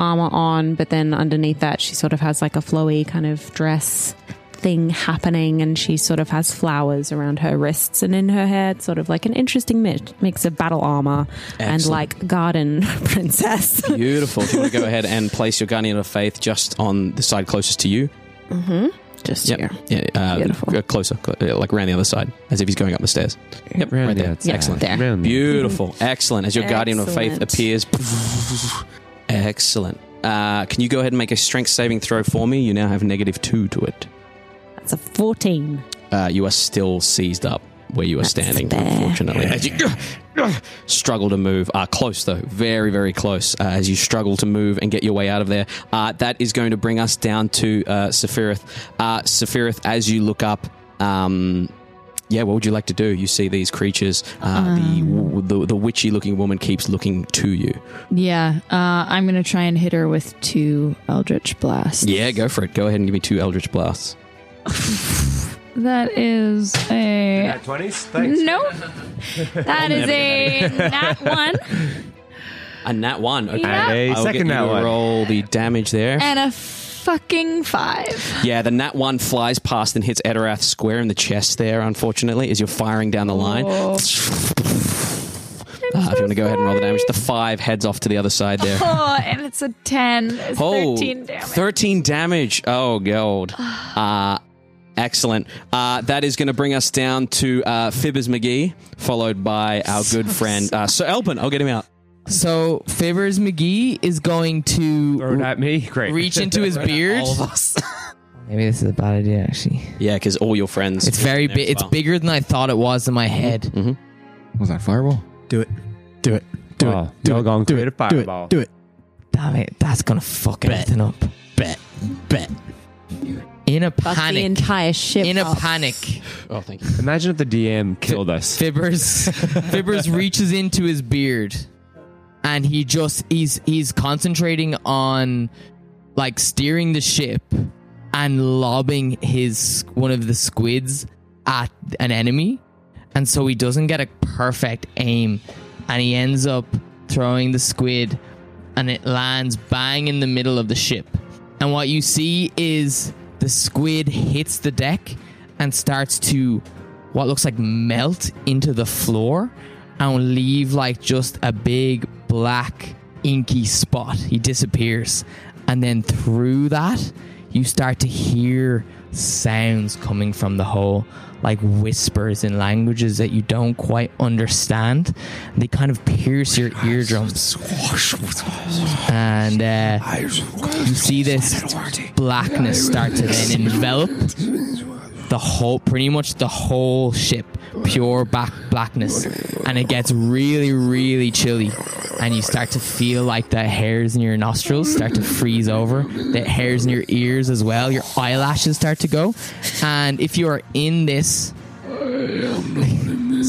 H: armor on, but then underneath that, she sort of has like a flowy kind of dress thing happening, and she sort of has flowers around her wrists and in her hair. It's sort of like an interesting mix, mix of battle armor and
E: Excellent.
H: like garden princess.
E: Beautiful. If you want to go ahead and place your guardian of faith just on the side closest to you.
H: Mm-hmm. Just
E: Yep.
H: here.
E: Yeah. Uh, Beautiful. Closer, cl- uh, like around the other side, as if he's going up the stairs. Yep. right there.
H: outside.
E: Excellent.
H: There. Round
J: there.
E: Beautiful. Excellent. As your guardian of faith
H: Excellent.
E: appears. Excellent. Uh, can you go ahead and make a strength saving throw for me? You now have negative two to it.
H: That's a 14.
E: Uh, you are still seized up where you are standing, unfortunately. As you struggle to move, uh, close though, very, very close. Uh, as you struggle to move and get your way out of there, uh, that is going to bring us down to uh, Sephiroth. Uh, Sephiroth, as you look up, um, yeah, what would you like to do? You see these creatures. Uh, the
N: Um.
E: w the the witchy looking woman keeps looking to you.
N: Yeah, uh, I'm gonna try and hit her with two Eldritch blasts.
E: Yeah, go for it. Go ahead and give me two eldritch blasts.
N: That is a
F: Twenties.
N: no. That is a nat one
E: And that one. Okay.
N: Yeah. And a
E: I'll get
F: second
E: you
F: nat
E: to
F: one.
E: Roll the damage there.
N: and a fucking five.
E: Yeah, the nat one flies past and hits Edorath square in the chest there, unfortunately, as you're firing down the line.
N: Oh.
E: Uh, if you want to go ahead and roll the damage, the five heads off to the other side there.
N: Oh, and it's a ten. It's thirteen damage.
E: 13 damage. Oh, God. Uh, excellent. Uh, that is going to bring us down to uh, Fibbers McGee, followed by our good friend, uh, Sir Elpin. I'll get him out.
B: So Favors McGee is going to
F: at me. Great.
B: Reach into his beard.
E: All of us.
B: Maybe this is a bad idea, actually.
E: Yeah, because all your friends.
B: It's very
E: there
B: big.
E: as
B: It's
E: well.
B: bigger than I thought it was in my head.
I: Mm-hmm. Was that fireball? Oh,
D: Do it. Do it. Do
F: Wow,
D: it. Do it.
F: doggone
D: Do it.
F: creative
D: Do
F: fireball.
D: it. Do it.
B: Damn it! That's gonna fuck everything up. Bet. Bet. In a
H: Fuck
B: panic.
H: the entire ship.
B: in a
H: up.
B: panic,
E: Oh, thank you.
F: Imagine if the DM killed us.
B: Fibbers Fibbers reaches into his beard, and he just he's he's concentrating on like steering the ship and lobbing his one of the squids at an enemy, and so he doesn't get a perfect aim, and he ends up throwing the squid, and it lands bang in the middle of the ship, and what you see is the squid hits the deck and starts to what looks like melt into the floor and leave like just a big black inky spot. He disappears. And then through that, you start to hear sounds coming from the hole, like whispers in languages that you don't quite understand. They kind of pierce your eardrums. And uh, you see this blackness start to then envelop the whole pretty much the whole ship pure back blackness and it gets really really chilly and you start to feel like the hairs in your nostrils start to freeze over the hairs in your ears as well your eyelashes start to go and if you are in this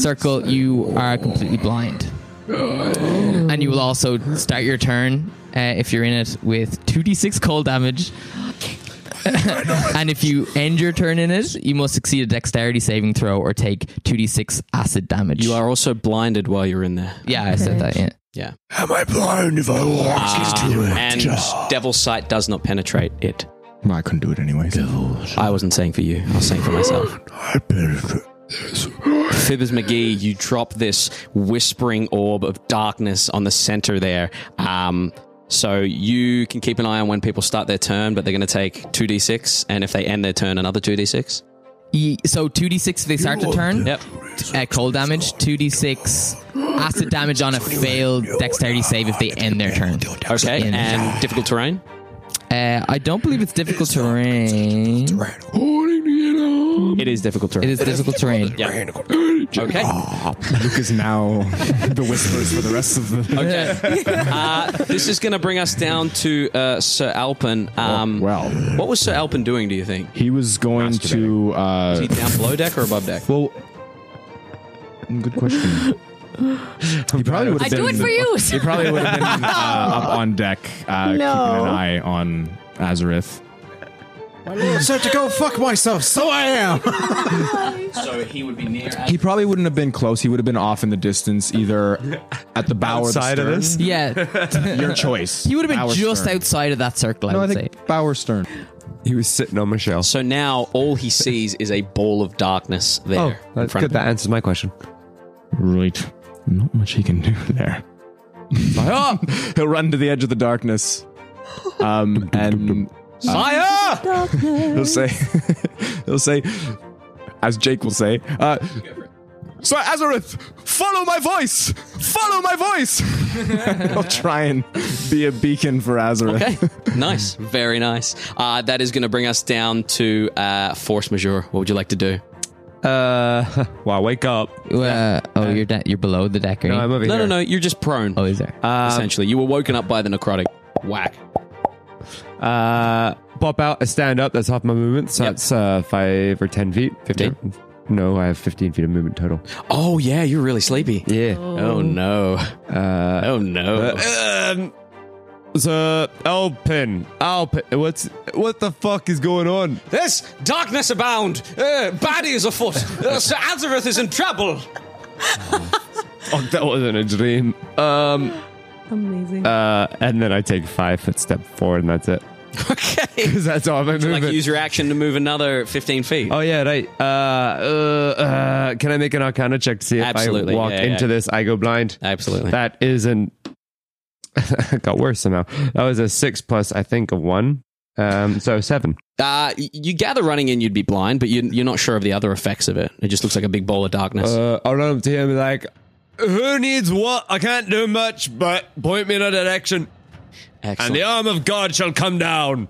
B: circle you are completely blind and you will also start your turn uh, if you're in it with 2d6 cold damage and if you end your turn in it, you must succeed a dexterity saving throw or take 2d6 acid damage.
E: You are also blinded while you're in there.
B: Yeah, I said that, yeah.
E: Yeah.
O: Am I blind if I walk into it?
E: And Devil's Sight does not penetrate it.
I: I couldn't do it anyways.
E: I wasn't saying for you. I was saying for myself. Fibbers McGee, you drop this whispering orb of darkness on the center there. Um, so you can keep an eye on when people start their turn, but they're going to take 2d6, and if they end their turn, another 2d6.
B: Ye- E, So 2d6 if they start to turn. Yep. Uh, cold damage, 2d6 acid damage on a failed dexterity save if they end their turn.
E: Okay,
B: In.
E: and difficult terrain?
B: Uh, I don't believe it's difficult terrain.
E: It is difficult terrain.
P: It is difficult terrain.
E: Okay.
I: Luke is now the whispers for the rest of the.
E: Okay. Uh, this is going to bring us down to uh, Sir Alpin. Um,
I: well,
E: what was Sir Alpin doing? Do you think?
I: Oh, He was going to. Uh,
E: Is he down below deck or above deck?
I: Well, good question. He probably would
G: I
I: have been.
G: do it for you.
I: He probably would have been uh, up on deck, uh, keeping
G: No.
I: an eye on Azareth.
D: So to go fuck myself. So I am.
E: so he would be near.
I: He probably wouldn't have been close. He would have been off in the distance, either at the bow
P: Outside
I: or
P: of
I: the
P: this?
I: stern.
P: Yeah.
I: your choice.
P: He would have been
I: Bow or
P: just
I: stern.
P: outside of that circle, I
I: No, I
P: would
I: think
P: say.
I: bow or stern.
E: He was sitting on Michelle. So now all he sees is a ball of darkness there.
F: Oh,
E: in
F: that's
E: front
F: good.
E: of
F: That answers my question.
I: Right. Not much he can do there. Fire! He'll run to the edge of the darkness. Um, and. uh, he'll say, he'll say, as Jake will say, uh, so Azareth, follow my voice, follow my voice. I'll try and be a beacon for Azareth.
E: Okay. nice. Very nice. Uh, that is going to bring us down to uh, force majeure. What would you like to do?
P: Uh,
F: wow, wake up.
P: Uh, oh, you're de- you're below the deck, right?
E: no, no, no, You're just prone. Oh,
P: is there?
E: essentially, you were woken up by the necrotic. Whack.
F: Uh, pop out, I stand up. That's half my movement. So that's uh, five or ten feet. Fifteen. No, I have fifteen feet of movement total.
E: Oh yeah, you're really sleepy.
F: Yeah.
E: Oh, no.
F: Uh,
E: oh no.
F: um, so Alpin, Alpin, what's what the fuck is going on?
C: There's darkness abound. Uh, baddie is afoot. Uh, Sir Azareth is in trouble.
F: Oh, that wasn't a dream. Um,
H: Amazing.
F: uh, and then I take five foot step forward, and that's it.
E: Okay. Because
F: that's all my
E: movement. Like use your action to move another 15 feet.
F: Oh yeah, right. Uh, uh, uh, can I make an Arcana check to see if
E: Absolutely.
F: I walk
E: Yeah, yeah,
F: into
E: yeah.
F: this? I go blind.
E: Absolutely.
F: That isn't. it got worse somehow. That was a six plus, I think, a one. Um, so seven.
E: Uh, y- you gather running in, you'd be blind, but you, you're not sure of the other effects of it. It just looks like a big ball of darkness.
F: Uh, I'll run up to him and be like, "Who needs what? I can't do much, but point me in a direction,
E: Excellent.
F: and the arm of God shall come down."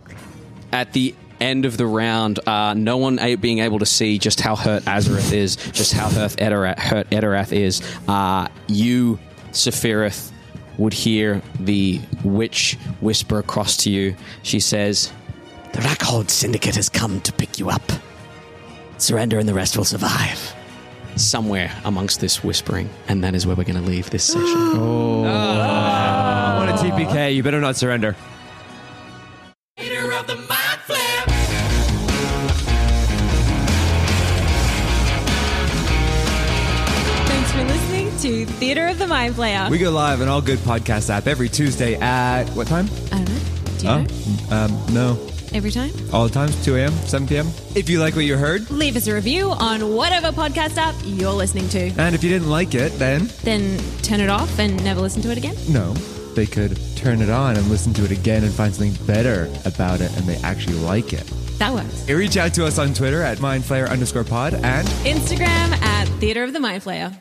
E: At the end of the round, uh, no one a- being able to see just how hurt Azareth is, just how hurt Edorath, hurt Edorath is, uh, you, Sephiroth, would hear the witch whisper across to you. She says,
C: The Rackhold Syndicate has come to pick you up.
E: Surrender and the rest will survive. Somewhere amongst this whispering, and that is where we're going to leave this session. oh.
F: I want a TPK. You better not surrender.
H: Thanks for listening to Theater of the Mind Player.
O: We go live on all good podcast app every Tuesday at what time?
H: I don't know. Do you
O: Huh?
H: know?
O: Um, no.
H: Every time?
O: All the times, 2 a.m., 7 p.m. If you like what you heard,
H: Leave us a review on whatever podcast app you're listening to.
O: and if you didn't like it, then
H: Then turn it off and never listen to it again.
O: no, they could turn it on and listen to it again and find something better about it, and they actually like it.
H: That works.
O: Reach out to us on Twitter at mindflayer underscore pod and
H: Instagram at Theater of the Mind Flayer.